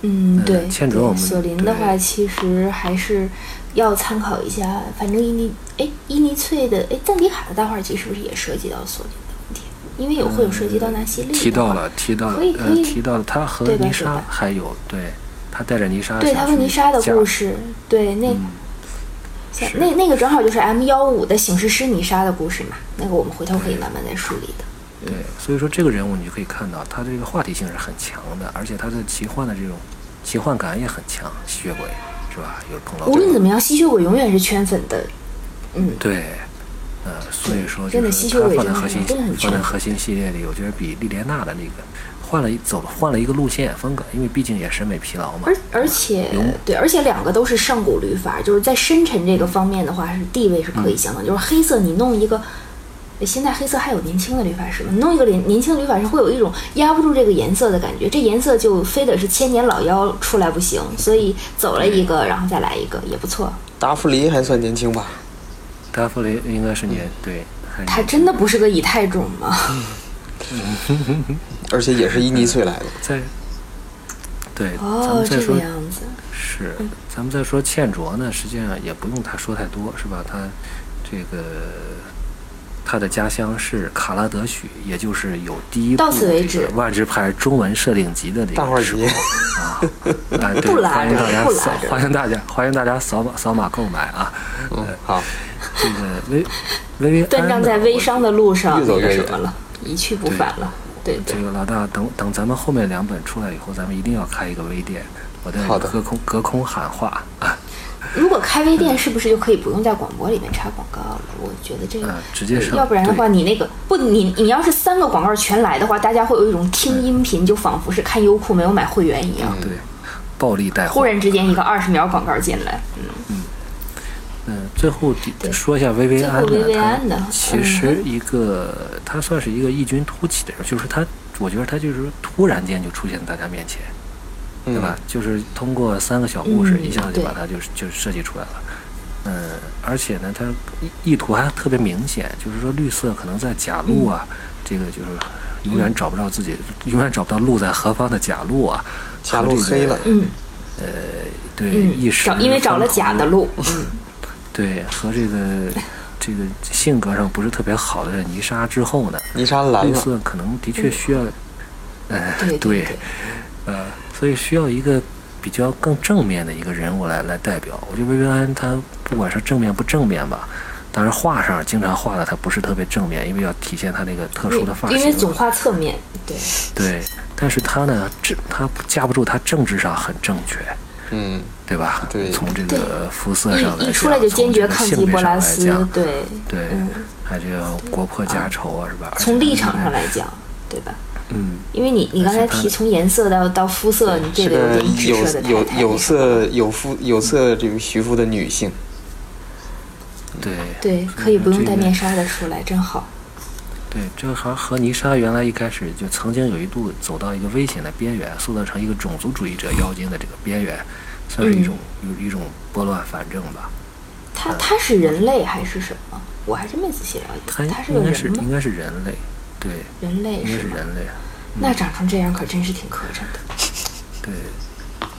Speaker 1: 嗯，对，
Speaker 3: 欠着
Speaker 1: 对
Speaker 3: 我们
Speaker 1: 索林的
Speaker 3: 对
Speaker 1: 话，其实还是要参考一下。反正伊尼，哎，伊尼翠的，哎，赞迪卡的大画集是不是也涉及到索林的问题？因为有会有涉及到纳西利、
Speaker 3: 嗯提到，了，提到了
Speaker 1: 啊可以，
Speaker 3: 呃
Speaker 1: 可，以
Speaker 3: 提到了他和
Speaker 1: 对吧
Speaker 3: 泥
Speaker 1: 对
Speaker 3: 沙
Speaker 1: 吧
Speaker 3: 还有对，他带着泥沙
Speaker 1: 对，
Speaker 3: 下
Speaker 1: 他和
Speaker 3: 去
Speaker 1: 泥沙的
Speaker 3: 架
Speaker 1: 故，事，对，那、
Speaker 3: 嗯，
Speaker 1: 像
Speaker 3: 是
Speaker 1: 那那个正好就是 M 幺五的醒世师泥沙的故事嘛，那个我们回头可以慢慢再梳理的。
Speaker 3: 对，所以说这个人物你就可以看到，他这个话题性是很强的，而且他的奇幻的这种奇幻感也很强，吸血鬼是吧？有碰到
Speaker 1: 无
Speaker 3: 这
Speaker 1: 论
Speaker 3: 种
Speaker 1: 怎么样，吸血鬼永远是圈粉的，嗯，
Speaker 3: 对，呃，所以说
Speaker 1: 真
Speaker 3: 就
Speaker 1: 的
Speaker 3: 是
Speaker 1: 吸血
Speaker 3: 它
Speaker 1: 鬼
Speaker 3: 放在
Speaker 1: 真的
Speaker 3: 核心
Speaker 1: 真的很
Speaker 3: 放在
Speaker 1: 全
Speaker 3: 核心系列里，我觉得比莉莲娜的那个换了一走了换了一个路线风格，因为毕竟也审美疲劳嘛
Speaker 1: 而。而且
Speaker 3: 有
Speaker 1: 对，而且两个都是上古律法，就是在深沉这个方面的话，是地位是可以相等。就是黑色，你弄一个，哎现在黑色还有年轻的律法师吗？你弄一个年年轻的律法师，会有一种压不住这个颜色的感觉。这颜色就非得是千年老妖出来不行，所以走了一个，然后再来一个也不错。达
Speaker 2: 达芙妮还算年轻吧？
Speaker 3: 达芙雷应该是
Speaker 1: 嗯
Speaker 3: 年对，还
Speaker 1: 他真的不是个以太种吗？
Speaker 2: 而且也是伊尼翠来的。
Speaker 3: 在对，咱
Speaker 1: 哦
Speaker 3: 们，再
Speaker 1: 这
Speaker 3: 说
Speaker 1: 个样子。
Speaker 3: 是，咱们再说倩卓呢，实际上也不用他说太多，是吧？他这个他的家乡是卡拉德许，也就是有第一
Speaker 1: 到
Speaker 3: 部
Speaker 1: 此为
Speaker 3: 这个
Speaker 1: 止
Speaker 3: 万智牌中文设定集的这
Speaker 2: 大
Speaker 3: 个
Speaker 2: 画
Speaker 3: 时
Speaker 2: 集，
Speaker 3: 啊，啊，对，
Speaker 1: 不拉
Speaker 3: 欢迎大
Speaker 1: 着
Speaker 3: 家
Speaker 1: 不
Speaker 3: 扫
Speaker 1: 拉着，
Speaker 3: 欢迎大家，欢迎大家扫码扫码购买啊！
Speaker 2: 嗯，好，
Speaker 3: 这个薇薇薇
Speaker 1: 断
Speaker 3: 安
Speaker 1: 章
Speaker 3: 呢
Speaker 1: 在微
Speaker 3: 我
Speaker 1: 商的路上，
Speaker 2: 越走越
Speaker 1: 那个什
Speaker 2: 远
Speaker 1: 么了，一去不
Speaker 3: 对
Speaker 1: 返了。对对
Speaker 3: 这。个老大，等等，咱们后面两本出来以后，咱们一定要开一个微店，我在
Speaker 2: 好的
Speaker 3: 隔空隔空喊话啊，
Speaker 1: 如果开微店，是不是就可以不用在广播里面插广告了？我觉得这个，
Speaker 3: 呃直接
Speaker 1: 嗯
Speaker 3: 上
Speaker 1: 要不然的话，你那个不，你你要是三个广告全来的话，大家会有一种听音频就仿佛是看优酷没有买会员一样，
Speaker 3: 对，暴力带货。
Speaker 1: 忽然之间一个二十秒广告进来，
Speaker 3: 嗯，最后得说一下薇薇安
Speaker 1: 最后薇薇
Speaker 3: 呢
Speaker 1: 安，呢嗯
Speaker 3: 她其实一个她算是一个异军突起的人，就是她，我觉得她就是突然间就出现在大家面前，
Speaker 2: 嗯
Speaker 3: 对吧？就是通过三个小故事，
Speaker 1: 嗯
Speaker 3: 一下子就把它就是就设计出来了。嗯，而且呢，它意意图还特别明显，就是说绿色可能在假路啊，
Speaker 1: 嗯
Speaker 3: 这个就是永远找不到自己，永远找不到路在何方的假路啊，
Speaker 2: 加路黑了，
Speaker 1: 嗯
Speaker 3: 对，一
Speaker 1: 嗯，
Speaker 3: 时嗯
Speaker 1: 找因为找了
Speaker 3: 风头
Speaker 1: 假的路，
Speaker 3: 对，和这个这个性格上不是特别好的泥沙之后呢，
Speaker 2: 泥沙蓝
Speaker 3: 绿
Speaker 2: 了，
Speaker 3: 色可能的确需要，呃，
Speaker 1: 嗯对对对
Speaker 3: 呃，所以需要一个比较更正面的一个人物来来代表。我觉得薇薇安她不管是正面不正面吧，当然画上经常画的她不是特别正面，因为要体现她那个特殊的发
Speaker 1: 因
Speaker 3: 型啊
Speaker 1: 为，总画侧面，对，
Speaker 3: 对，但是它呢，这它架不住它政治上很正确，
Speaker 2: 嗯，
Speaker 3: 对吧？
Speaker 2: 对
Speaker 3: 从这个肤色上来
Speaker 1: 一一
Speaker 3: 讲，
Speaker 1: 出来就坚决抗
Speaker 3: 从
Speaker 1: 击
Speaker 3: 这个性别
Speaker 1: 波
Speaker 3: 上
Speaker 1: 拉
Speaker 3: 来
Speaker 1: 斯
Speaker 3: 讲，，
Speaker 1: 对，
Speaker 3: 对，还这个国破家仇啊，是吧？而
Speaker 1: 嗯
Speaker 3: 且
Speaker 1: 从立
Speaker 3: 它
Speaker 1: 场
Speaker 3: 是
Speaker 1: 上来讲，对吧？
Speaker 3: 嗯，
Speaker 1: 因为你你刚才提从颜色到到肤色，你这
Speaker 2: 是
Speaker 1: 个有
Speaker 2: 个
Speaker 1: 点影射的
Speaker 2: 有有有色有肤有色这个皮肤的女性，
Speaker 3: 对
Speaker 1: 对，可以不用戴
Speaker 3: 这个
Speaker 1: 面纱的出来，真好。
Speaker 3: 对，这行和泥沙原来一开始就曾经有一度走到一个危险的边缘，塑造成一个种族主义者妖精的这个边缘，算是一种、
Speaker 1: 嗯
Speaker 3: 有一种拨乱反正吧。
Speaker 1: 他他是人类还是什么？我还真没仔细了
Speaker 3: 他
Speaker 1: 解。他是
Speaker 3: 应
Speaker 1: 个
Speaker 3: 该是
Speaker 1: 人吗
Speaker 3: 应？该是人类，对，
Speaker 1: 人类
Speaker 3: 应该
Speaker 1: 是
Speaker 3: 是嗯
Speaker 1: 吗？
Speaker 3: 人类，啊
Speaker 1: 那长成这样可真是挺磕碜的。
Speaker 3: 对。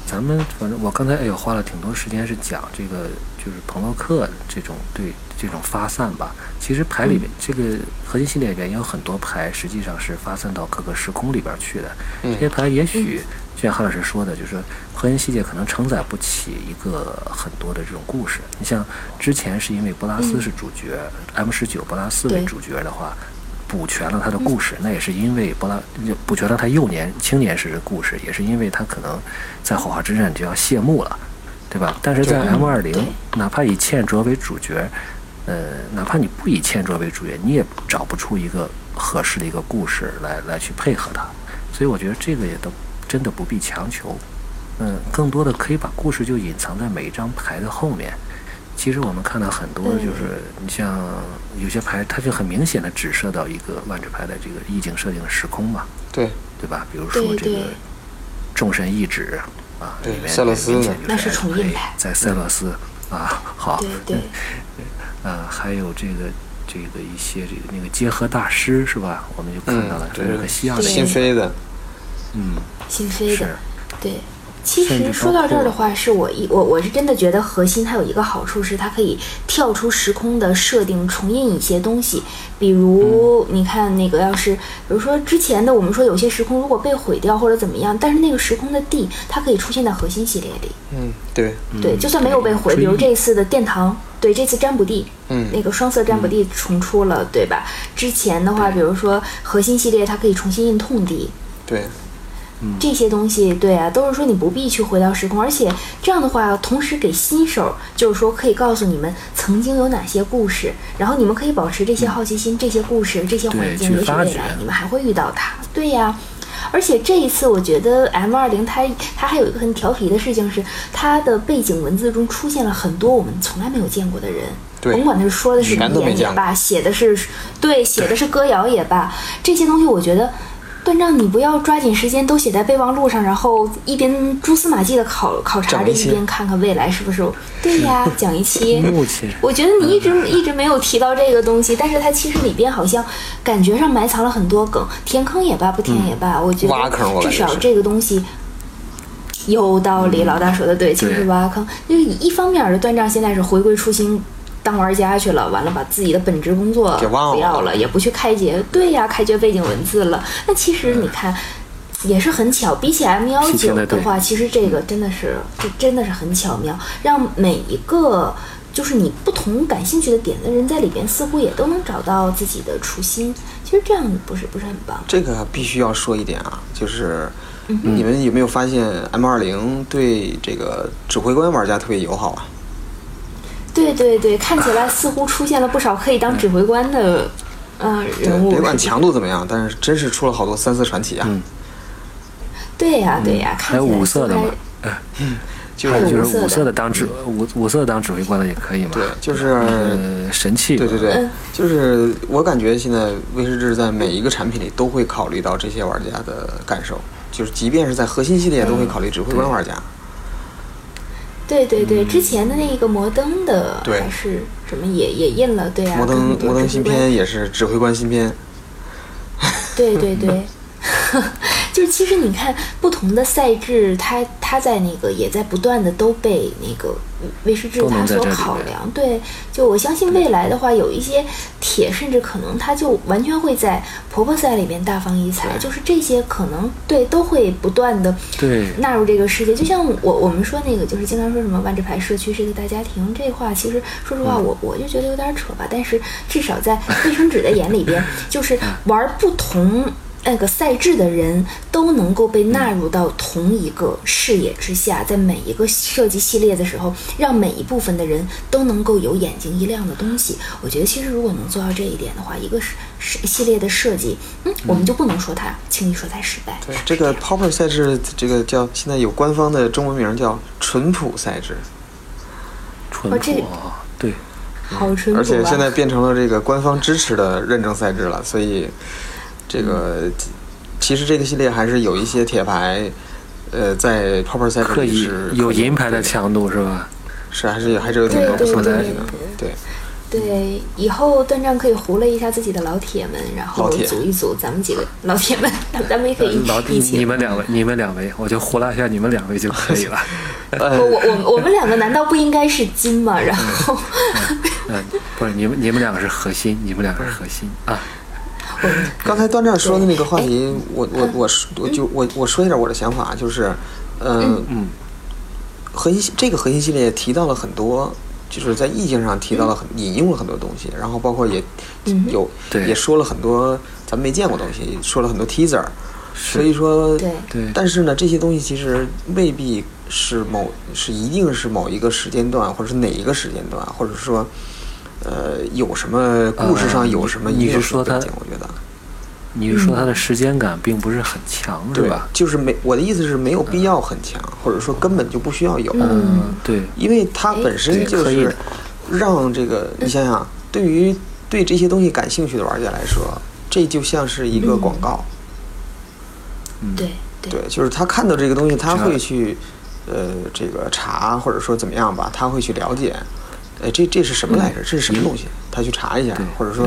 Speaker 3: 咱们反正我刚才哎呦花了挺多时间是讲这个就是朋洛克这种对这种发散吧，其实牌里面、这个核心系列里边也有很多牌实际上是发散到各个时空里边去的，这些牌也许就像韩老师说的，就是说核心系列可能承载不起一个很多的这种故事。你像之前是因为博拉斯是主角、m 十九博拉斯为
Speaker 1: 对
Speaker 3: 主角的话，补全了他的故事，那也是因为博拉就补全了他幼年青年时的故事，也是因为他可能在火花之战就要谢幕了，对吧？但是在 M 二零
Speaker 1: 对，
Speaker 3: 哪怕以茜卓为主角，呃，哪怕你不以茜卓为主角，你也找不出一个合适的一个故事来来去配合它。所以我觉得这个也都真的不必强求，嗯，更多的可以把故事就隐藏在每一张牌的后面。其实我们看到很多，
Speaker 1: 嗯
Speaker 3: 就是你像有些牌，它就很明显的指涉到一个万智牌的这个意境设定的时空嘛，
Speaker 2: 对
Speaker 3: 对吧？比如说
Speaker 1: 对
Speaker 3: 这个
Speaker 1: 对
Speaker 3: 众神意志啊，
Speaker 2: 对
Speaker 3: 里面
Speaker 2: 塞勒斯
Speaker 3: 明显就
Speaker 1: 那是重印
Speaker 3: 哎
Speaker 1: 牌
Speaker 3: 在塞勒斯啊，好，
Speaker 1: 对对，
Speaker 3: 呃，还有这个这个一些这个那个结合大师是吧？我们就看
Speaker 2: 嗯
Speaker 3: 到了，
Speaker 2: 这
Speaker 3: 这是个西亚的
Speaker 1: 对
Speaker 3: 一个，
Speaker 2: 心扉的，
Speaker 3: 嗯，
Speaker 1: 心扉
Speaker 3: 是
Speaker 1: 的。对，其
Speaker 3: 甚
Speaker 1: 实
Speaker 3: 至
Speaker 1: 说
Speaker 3: 包
Speaker 1: 到这
Speaker 3: 括
Speaker 1: 儿的话，是我一我我是真的觉得核心它有一个好处是它可以跳出时空的设定，重印一些东西。比
Speaker 3: 嗯
Speaker 1: 如你看那个，要是比如说之前的我们说有些时空如果被毁掉或者怎么样，但是那个时空的地它可以出现在核心系列里。
Speaker 2: 嗯，对，
Speaker 1: 对，就算没有被毁，
Speaker 3: 追
Speaker 1: 比如
Speaker 3: 忆
Speaker 1: 这次的殿堂，对，这次占卜地，
Speaker 2: 嗯
Speaker 1: 那个双色占卜地重出了，对吧？之前的话，比如说核心系列，它可以重新印痛地，
Speaker 2: 对，
Speaker 1: 这些东西，对啊，都是说你不必去回到时空，而且这样的话，同时给新手就是说可以告诉你们曾经有哪些故事，然后你们可以保持这些好奇心、这些故事、这些环境，也
Speaker 3: 对去
Speaker 1: 许
Speaker 3: 发
Speaker 1: 未
Speaker 3: 掘
Speaker 1: 来你们还会遇到它，对呀、而且这一次，我觉得 M 二零它它还有一个很调皮的事情是，它的背景文字中出现了很多我们从来没有见过的人。
Speaker 2: 对
Speaker 1: 甭管他是说的是语
Speaker 2: 全都没
Speaker 1: 言也
Speaker 2: 见过
Speaker 1: 罢，写的是对写的是歌谣也罢，这些东西我觉得，段章你不要抓紧时间都写在备忘录上，然后一边蛛丝马迹的考考察
Speaker 2: 讲
Speaker 1: 着，
Speaker 2: 一
Speaker 1: 一
Speaker 2: 些
Speaker 1: 边看看未来是不是对 呀，讲一期。
Speaker 3: 目前
Speaker 1: 我觉得你一直一直没有提到这个东西，但是它其实里边好像感觉上埋藏了很多梗，填坑也罢，不填也罢，我觉
Speaker 2: 挖坑我
Speaker 1: 得
Speaker 2: 感觉
Speaker 1: 至少
Speaker 2: 是
Speaker 1: 这个东西有道理，老大说的对，其实
Speaker 3: 对
Speaker 1: 挖坑就是一方面的断章，现在是回归初心。当玩家去了，完了把自己的本职工作
Speaker 2: 给忘了
Speaker 1: 不要了，也不去开掘，对呀，开掘背景文字了。那其实你看，也是很巧。比起 M 幺
Speaker 3: 提前
Speaker 1: 九
Speaker 3: 的
Speaker 1: 的
Speaker 3: 对
Speaker 1: 话，其实这个真的是，这真的是很巧妙，让每一个就是你不同感兴趣的点的人在里边，似乎也都能找到自己的初心。其实这样不是不是很棒？
Speaker 2: 这个必须要说一点啊，就是
Speaker 1: 嗯
Speaker 2: 你们有没有发现 M 二零对这个指挥官玩家特别友好啊？
Speaker 1: 对对对，看起来似乎出现了不少可以当指挥官的，呃，
Speaker 2: 对
Speaker 1: 人，物。
Speaker 2: 别管
Speaker 1: 是吧
Speaker 2: 强度怎么样，但是真是出了好多三四传奇啊，
Speaker 1: 对呀对呀，看
Speaker 3: 还有
Speaker 1: 起来
Speaker 3: 五色的
Speaker 1: 似
Speaker 3: 嘛
Speaker 1: 乎还，
Speaker 2: 嗯 就
Speaker 3: 还有
Speaker 2: 是
Speaker 3: 就是
Speaker 1: 五色
Speaker 3: 五色
Speaker 1: 的
Speaker 3: 的当指五五色的当指挥官的也可以嘛，
Speaker 2: 对，就是
Speaker 3: 呃，神器嘛，
Speaker 2: 对对对
Speaker 1: 嗯，
Speaker 2: 就是我感觉现在威士忌在每一个产品里都会考虑到这些玩家的感受，就是即便是在核心系列
Speaker 1: 嗯
Speaker 2: 都会考虑指挥官玩家。
Speaker 1: 对对对，之前的那个摩登的
Speaker 2: 嗯对
Speaker 1: 还是什么也也印了，对呀、
Speaker 2: 摩登
Speaker 1: 跟很多
Speaker 2: 摩登
Speaker 1: 指
Speaker 2: 新
Speaker 1: 挥官
Speaker 2: 片也是指挥官新片，
Speaker 1: 对对对， 就是其实你看不同的赛制，它它在那个也在不断的都被那个威士忌
Speaker 3: 都
Speaker 1: 它
Speaker 3: 能在
Speaker 1: 所
Speaker 3: 这里
Speaker 1: 考
Speaker 3: 面
Speaker 1: 量。对，就我相信未来的话，有一些铁甚至可能它就完全会在婆婆赛里面大放异彩，就是这些可能对都会不断的
Speaker 3: 对
Speaker 1: 纳入这个世界。就像我我们说那个，就是经常说什么万智牌社区是一个大家庭，这话其实说实话，
Speaker 2: 嗯
Speaker 1: 我我就觉
Speaker 2: 嗯
Speaker 1: 得有点扯吧。但是至少在卫生纸的眼里边，就是玩不同那个赛制的人都能够被纳入到同一个视野之下，在每一个设计系列的时候，让每一部分的人都能够有眼睛一亮的东西。我觉得其实如果能做到这一点的话，一个是是系列的设计，嗯，我们就不能说它轻易说它失败。
Speaker 2: 对
Speaker 1: 它，是
Speaker 2: 这个
Speaker 1: 样
Speaker 2: Popper 赛制，这个叫现在有官方的中文名叫淳朴赛制，
Speaker 3: 淳
Speaker 1: 这
Speaker 3: 朴啊，对，
Speaker 1: 好淳朴
Speaker 2: 而且
Speaker 1: 啊
Speaker 2: 现在变成了这个官方支持的认证赛制了，所以这个其实这个系列还是有一些铁牌，呃，在 Popper 赛制
Speaker 3: 刻
Speaker 2: 里
Speaker 3: 意
Speaker 2: 是
Speaker 3: 有
Speaker 2: 可以
Speaker 3: 银牌的
Speaker 2: 对
Speaker 3: 强度是吧？
Speaker 2: 是还是有还是有挺
Speaker 1: 对
Speaker 2: 多不
Speaker 1: 对
Speaker 2: 错的
Speaker 1: 对
Speaker 2: 这个对。
Speaker 1: 对，以后段章可以胡了一下自己的老铁们，然后
Speaker 2: 老铁
Speaker 1: 组一组咱们几个老铁们， 咱咱们也可以
Speaker 3: 老
Speaker 1: 一
Speaker 3: 你
Speaker 1: 起。
Speaker 3: 你们两位，你们两位，我就呼啦一下你们两位就 可以了。
Speaker 1: 我我我我们两个难道不应该是金吗？然后
Speaker 3: 嗯，不是你们你们两个是核心，你们两个是核心啊。
Speaker 1: 我们
Speaker 2: 刚才段丈说的那个话题，我我我说我
Speaker 1: 嗯
Speaker 2: 就我我说一下我的想法，啊就是，呃，
Speaker 3: 嗯，
Speaker 2: 核心这个核心系列提到了很多，就是在意境上提到了很引用了很多东西，然后包括也
Speaker 1: 嗯
Speaker 2: 有
Speaker 3: 对
Speaker 2: 也说了很多咱们没见过东西，说了很多 teaser，所以说
Speaker 1: 对
Speaker 3: 对
Speaker 2: 但是呢，这些东西其实未必是某是一定是某一个时间段，或者是哪一个时间段，或者说。呃，有什么故事上
Speaker 3: 呃
Speaker 2: 有什么
Speaker 3: 你
Speaker 2: 音乐
Speaker 3: 你是
Speaker 2: 上的
Speaker 3: 说它
Speaker 2: 背景？我觉得，
Speaker 3: 你是说它的时间感并不是很强是
Speaker 2: 对
Speaker 3: 吧？
Speaker 2: 就是没我的意思是没有必要很强，或者说根本就不需要有，
Speaker 3: 嗯，对，
Speaker 2: 因为它本身
Speaker 3: 对
Speaker 2: 就
Speaker 3: 可以嗯
Speaker 2: 是让这个你想想，对于对这些东西感兴趣的玩家来说，这就像是一
Speaker 3: 嗯
Speaker 2: 个广告，
Speaker 1: 对对
Speaker 2: 对，就是他看到这个东西，他
Speaker 3: 查
Speaker 2: 会去呃这个查，或者说怎么样吧，他会去了解。哎，这这是什么来着？这是什么东西？他去查一下
Speaker 3: 嗯对，
Speaker 2: 或者说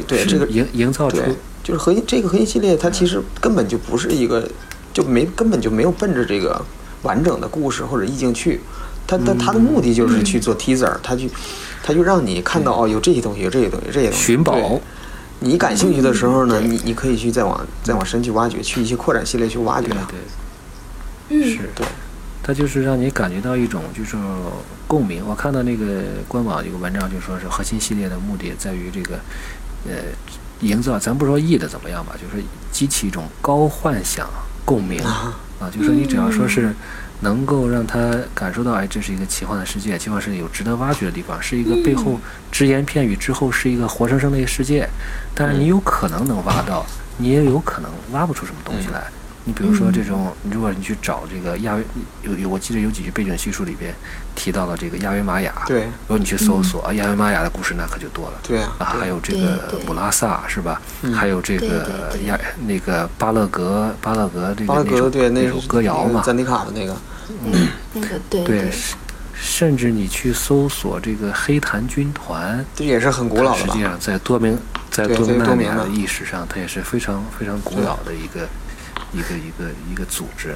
Speaker 2: 这对
Speaker 3: 是
Speaker 2: 这个
Speaker 3: 营营造出
Speaker 2: 对，就是核心这个核心系列，它其实根本就不是一个，就没根本就没有奔着这个完整的故事或者意境去，它它它的目的就是去
Speaker 3: 嗯
Speaker 2: 做 teaser，、它去它就让你看到哦，有这些东西，有这些东西，有这些东西
Speaker 3: 寻宝嗯
Speaker 2: 对你感兴趣的时候呢，你你可以去再往再往深去挖掘，去一些扩展系列去挖掘
Speaker 3: 对
Speaker 2: 它。
Speaker 3: 对。
Speaker 1: 嗯，
Speaker 3: 是，
Speaker 2: 对，
Speaker 3: 它就是让你感觉到一种就是共鸣。我看到那个官网有个文章，就说是核心系列的目的在于这个，呃，营造咱不说译的怎么样吧，就是激起一种高幻想共鸣
Speaker 2: 啊嗯
Speaker 3: 啊，就说你只要说是能够让他感受到，哎，这是一个奇幻的世界，奇幻世界有值得挖掘的地方，是一个
Speaker 2: 嗯
Speaker 3: 背后只言片语之后是一个活生生的一个世界，但是你有可能能挖到，你也有可能挖不出什么东西来。
Speaker 2: 嗯
Speaker 3: 你比如说这种，如果你去找这个亚维，有有我记得有几句背景叙述里边提到了这个亚维玛雅，
Speaker 2: 对
Speaker 3: 如果你去搜索、啊亚维玛雅的故事，那可就多了。
Speaker 2: 对啊，
Speaker 3: 啊，还有这
Speaker 1: 对
Speaker 3: 个
Speaker 1: 对
Speaker 3: 姆拉萨是吧？还有这
Speaker 1: 对
Speaker 3: 个
Speaker 1: 对对
Speaker 3: 亚那个巴勒格巴勒格这个
Speaker 2: 巴拉
Speaker 3: 那
Speaker 2: 格
Speaker 3: 首
Speaker 2: 对那
Speaker 3: 首歌谣
Speaker 2: 那个
Speaker 3: 嘛，
Speaker 2: 赞迪卡的那个，
Speaker 1: 嗯，那个对
Speaker 3: 对，甚甚至你去搜索这个黑檀军团，
Speaker 2: 这也是很古老的
Speaker 3: 实
Speaker 2: 吧
Speaker 3: 际？上在多明在
Speaker 2: 对
Speaker 3: 多
Speaker 2: 在
Speaker 3: 明
Speaker 2: 多
Speaker 3: 纳米
Speaker 2: 明啊
Speaker 3: 亚
Speaker 2: 纳
Speaker 3: 的历史上，它也是非常非常古老的一个一个一个一个组织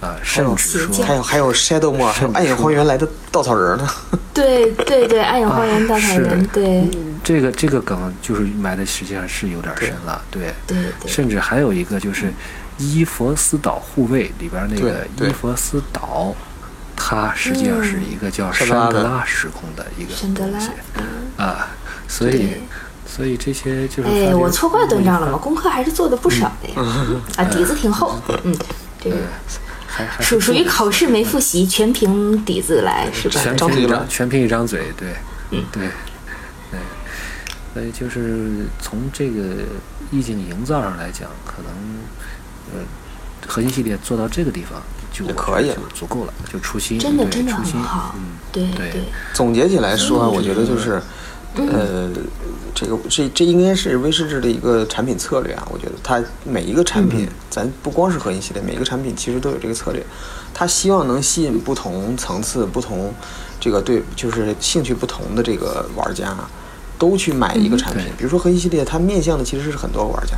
Speaker 3: 啊，甚至
Speaker 1: 邪
Speaker 2: 还
Speaker 3: 说
Speaker 2: 有还有 Shadow 莫尔，还有暗影荒原来的稻草人呢。
Speaker 1: 对对对，暗影花园大草
Speaker 3: 哎是
Speaker 1: 原，对
Speaker 3: 这个这个梗就是埋的实际上是有点深了，对，
Speaker 1: 对对，
Speaker 3: 甚至还有一个就是伊佛斯岛护卫里边那个
Speaker 2: 对对
Speaker 3: 伊佛斯岛。它实际上是一个叫
Speaker 2: 山
Speaker 3: 山
Speaker 2: 德嗯拉的
Speaker 3: 德拉时空的一个
Speaker 1: 山德拉
Speaker 3: 东西，
Speaker 1: 嗯
Speaker 3: 啊，所以
Speaker 1: 对
Speaker 3: 所以这些就是发
Speaker 1: 哎，
Speaker 3: 觉
Speaker 1: 我错怪段章了嘛，功课还是做的不少的呀， 嗯啊，底子挺厚，嗯，这个
Speaker 3: 对，还还
Speaker 1: 属
Speaker 3: 是
Speaker 1: 属于考试没复习，全凭底子来，是吧？
Speaker 3: 全
Speaker 2: 张
Speaker 3: 凭
Speaker 2: 嘴
Speaker 3: 一
Speaker 2: 了嗯
Speaker 3: 张全凭一张嘴，对，对，对，所以就是从这个意境营造上来讲，可能呃核心系列做到这个地方就
Speaker 2: 也可以了
Speaker 3: 就足够了，就出新
Speaker 1: 真的
Speaker 3: 对
Speaker 1: 真的
Speaker 3: 出新
Speaker 1: 很好
Speaker 3: 嗯，
Speaker 1: 对
Speaker 3: 对
Speaker 1: 对，
Speaker 2: 总结起来说，啊我觉得就是，呃，这个这这应该是威士忌的一个产品策略啊。我觉得它每一个产品，咱不光是核心系列，每一个产品其实都有这个策略。它希望能吸引不同层次、不同这个对就是兴趣不同的这个玩家，都去买一个产品
Speaker 3: 对。
Speaker 2: 比如说核心系列，它面向的其实是很多玩家，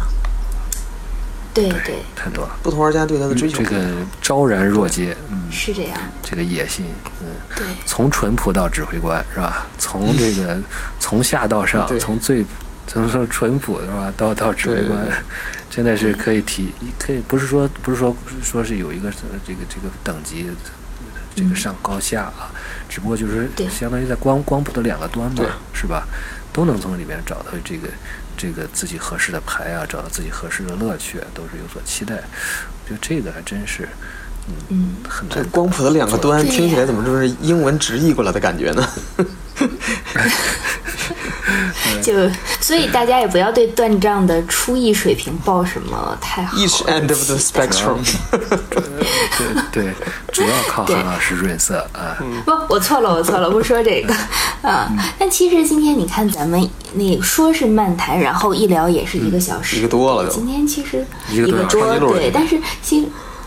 Speaker 1: 对对，
Speaker 3: 太多了，
Speaker 2: 不同玩家对它的追求
Speaker 3: 嗯这
Speaker 2: 不同。
Speaker 3: 个昭然若揭，嗯，
Speaker 1: 是这样，
Speaker 3: 这个野心，嗯。
Speaker 1: 对
Speaker 3: 从淳朴到指挥官是吧？从这个 从下到上
Speaker 2: 嗯对，
Speaker 3: 从最从说淳朴是吧，到到指挥官
Speaker 2: 对对，
Speaker 3: 真的是可以提，可以不是说不是说说是有一个呃这个这个等级，这
Speaker 2: 嗯
Speaker 3: 个上高下啊，只不过就是
Speaker 1: 对
Speaker 3: 相当于在光光谱的两个端嘛
Speaker 2: 对，
Speaker 3: 是吧？都能从里面找到这个这个自己合适的牌啊，找到自己合适的乐趣、啊，都是有所期待。我觉得这个还真 是，嗯，
Speaker 1: 嗯
Speaker 3: 很难
Speaker 2: 这
Speaker 3: 得。
Speaker 2: 光谱的两个端
Speaker 1: 对呀
Speaker 2: 听起来怎么就是英文直译过来的感觉呢？
Speaker 1: 就所以大家也不要对断账的初译水平抱什么太好。
Speaker 2: Each end of the spectrum，
Speaker 3: 对对，主要靠
Speaker 1: 对
Speaker 3: 韩老师润色啊。
Speaker 2: 嗯
Speaker 1: 不，我错了，我错了，不说这个 啊。但其实今天你看，咱们那个说是漫谈，然后一聊也是一个小时，
Speaker 2: 嗯一个多了就
Speaker 1: 今天其实
Speaker 3: 一个多小时
Speaker 1: 桌
Speaker 2: 长颈鹿
Speaker 1: 对，但是其实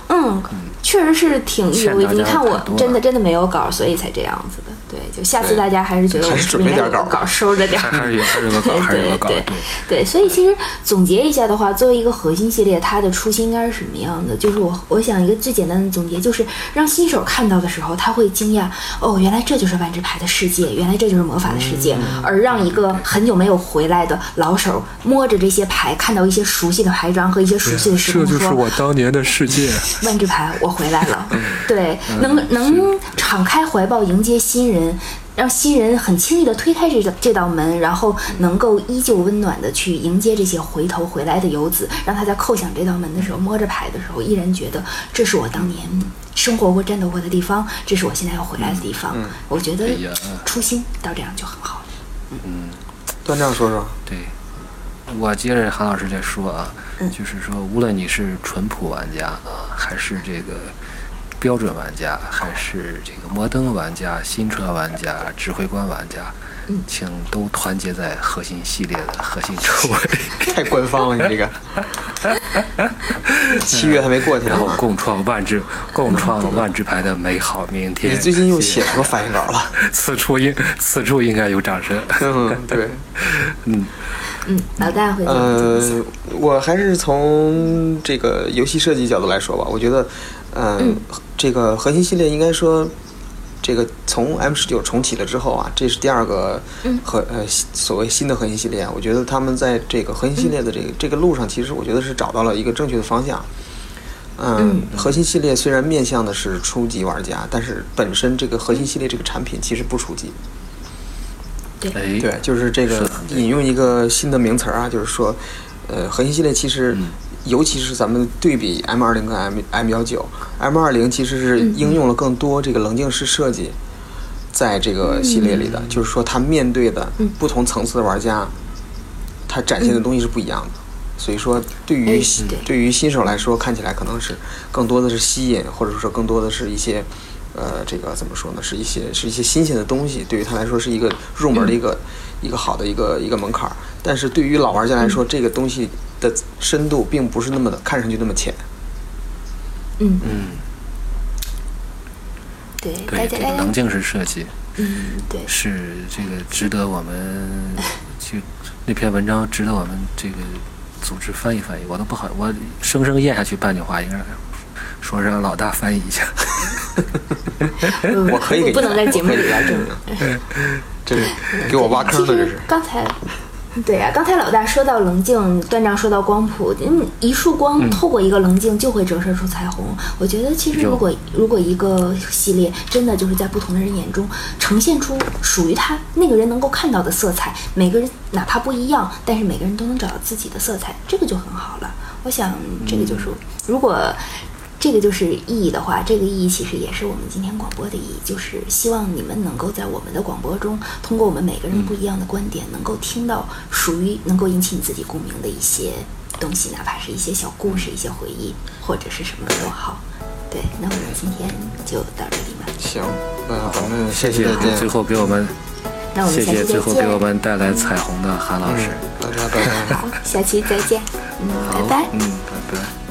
Speaker 1: 嗯，确实是挺意犹未
Speaker 3: 欠
Speaker 1: 尽。
Speaker 3: 大家
Speaker 1: 看我
Speaker 3: 太多了
Speaker 1: 真的真的没有稿，所以才这样子的。对，就下次
Speaker 2: 对
Speaker 1: 大家还是觉得我
Speaker 2: 还是准备
Speaker 1: 应该有
Speaker 2: 点稿
Speaker 1: 稿收着点儿。
Speaker 3: 还是有还是有个稿，还是有个稿，
Speaker 1: 对
Speaker 3: 对，
Speaker 1: 对，所以其实总结一下的话，作为一个核心系列，它的初心应该是什么样的？就是我我想一个最简单的总结，就是让新手看到的时候，他会惊讶哦，原来这就是万智牌的世界，原来这就是魔法的世界。
Speaker 3: 嗯
Speaker 1: 而让一个很久没有回来的老手摸着这些牌，看到一些熟悉的牌张和一些熟悉的时空，说。
Speaker 3: 当年的世界。
Speaker 1: 万智牌，我回来
Speaker 3: 嗯
Speaker 1: 了。对，能能敞开怀抱迎接新人，让新人很轻易的推开这道这道门，然后能够依旧温暖的去迎接这些回头回来的游子，让他在叩响这道门的时候，摸着牌的时候，依然觉得这是我当年生活过、战斗过的地方，这是我现在要回来的地方。我觉得
Speaker 3: 哎呀嗯
Speaker 1: 初心到这样就很好了。
Speaker 2: 端正说说，
Speaker 3: 对，我接着韩老师再说啊，
Speaker 2: 嗯
Speaker 3: 就是说，无论你是淳朴玩家啊，还是这个标准玩家，还是这个摩登玩家、新车玩家、指挥官玩家，
Speaker 2: 嗯
Speaker 3: 请都团结在核心系列的核心周围。
Speaker 2: 太官方了，你这个。七月还没过去
Speaker 3: 然
Speaker 2: 呢
Speaker 3: 后，共创万智，共创万智牌的美好明
Speaker 2: 嗯
Speaker 3: 天。
Speaker 2: 你最近又写什么反应稿了？
Speaker 3: 此处应此处应该有掌声。
Speaker 2: 嗯，对。
Speaker 1: 嗯，老大会怎么
Speaker 2: 呃
Speaker 1: 怎么想？，
Speaker 2: 我还是从这个游戏设计角度来说吧，我觉得，呃、
Speaker 1: 嗯
Speaker 2: 这个核心系列应该说，这个从 M 十九重启了之后啊，这是第二个
Speaker 1: 嗯
Speaker 2: 核、呃新所谓新的核心系列啊，我觉得他们在这个核心系列的这个、
Speaker 1: 嗯
Speaker 2: 这个路上，其实我觉得是找到了一个正确的方向。嗯，核心系列虽然面向的是初级玩家，但是本身这个核心系列这个产品其实不初级。
Speaker 3: 哎，
Speaker 2: 对，就是这
Speaker 3: 是
Speaker 2: 个
Speaker 3: 的
Speaker 2: 引用一个新的名词儿啊，就是说，呃，核心系列其实，
Speaker 3: 嗯
Speaker 2: 尤其是咱们对比 M 二零跟 M M 幺九，M 二零其实是应用了更多这个棱镜式设计，在这个
Speaker 3: 嗯
Speaker 2: 系列里的，就是说它面对的不同层次的玩家，它展现的东西是不一样的。所以说，对
Speaker 1: 嗯
Speaker 2: 于
Speaker 1: 哎
Speaker 2: 新
Speaker 1: 对
Speaker 2: 对于新手来说，看起来可能是更多的是吸引，或者说更多的是一些，呃，这个怎么说呢？是一些是一些新鲜的东西，对于他来说是一个入门的一
Speaker 1: 嗯
Speaker 2: 个、一个好的一个一个门槛儿。但是对于老玩家来
Speaker 1: 嗯
Speaker 2: 说，这个东西的深度并不是那么的看上去那么浅。
Speaker 1: 嗯，
Speaker 3: 嗯，
Speaker 1: 对，大家
Speaker 3: 对，这
Speaker 1: 大家
Speaker 3: 个棱镜式设计
Speaker 1: 嗯，对，
Speaker 3: 是这个值得我们去那篇文章值得我们这个组织翻译翻译，我都不好，我生生咽下去半句话，应该说让老大翻译一下。
Speaker 1: 嗯
Speaker 2: 我可以给你
Speaker 1: 不能在
Speaker 2: 我
Speaker 1: 节目
Speaker 2: 可以
Speaker 1: 里
Speaker 2: 给
Speaker 1: 边
Speaker 2: 你
Speaker 1: 这么。
Speaker 2: 这是给我挖坑
Speaker 1: 其
Speaker 2: 的，这
Speaker 1: 实
Speaker 2: 是。
Speaker 1: 刚才，对呀、刚才老大说到棱镜，段章说到光谱，嗯，一束光透过一个棱镜就会折射出彩虹。我觉得其实
Speaker 3: 有
Speaker 1: 如果如果一个系列真的就是在不同的人眼中呈现出属于他那个人能够看到的色彩，每个人哪怕不一样，但是每个人都能找到自己的色彩，这个就很好了。我想这个就是、如果。这个就是意义的话，这个意义其实也是我们今天广播的意义，就是希望你们能够在我们的广播中，通过我们每个人不一样的观点，能够听到属于能够引起你自己共鸣的一些东西，哪怕是一些小故事、一些回忆，或者是什么都好。对，那我们今天就到这里吧。
Speaker 2: 行，那咱们下
Speaker 3: 谢
Speaker 2: 期
Speaker 3: 谢
Speaker 1: 嗯
Speaker 2: 再见
Speaker 3: 最，后给我们，
Speaker 1: 那我
Speaker 3: 谢
Speaker 1: 们下期
Speaker 3: 谢
Speaker 1: 再
Speaker 3: 最后给我
Speaker 1: 见。
Speaker 3: 们带来彩虹的韩老师。
Speaker 2: 嗯大家拜拜。
Speaker 1: 好，下期再见。嗯，拜拜。
Speaker 3: 嗯，拜拜。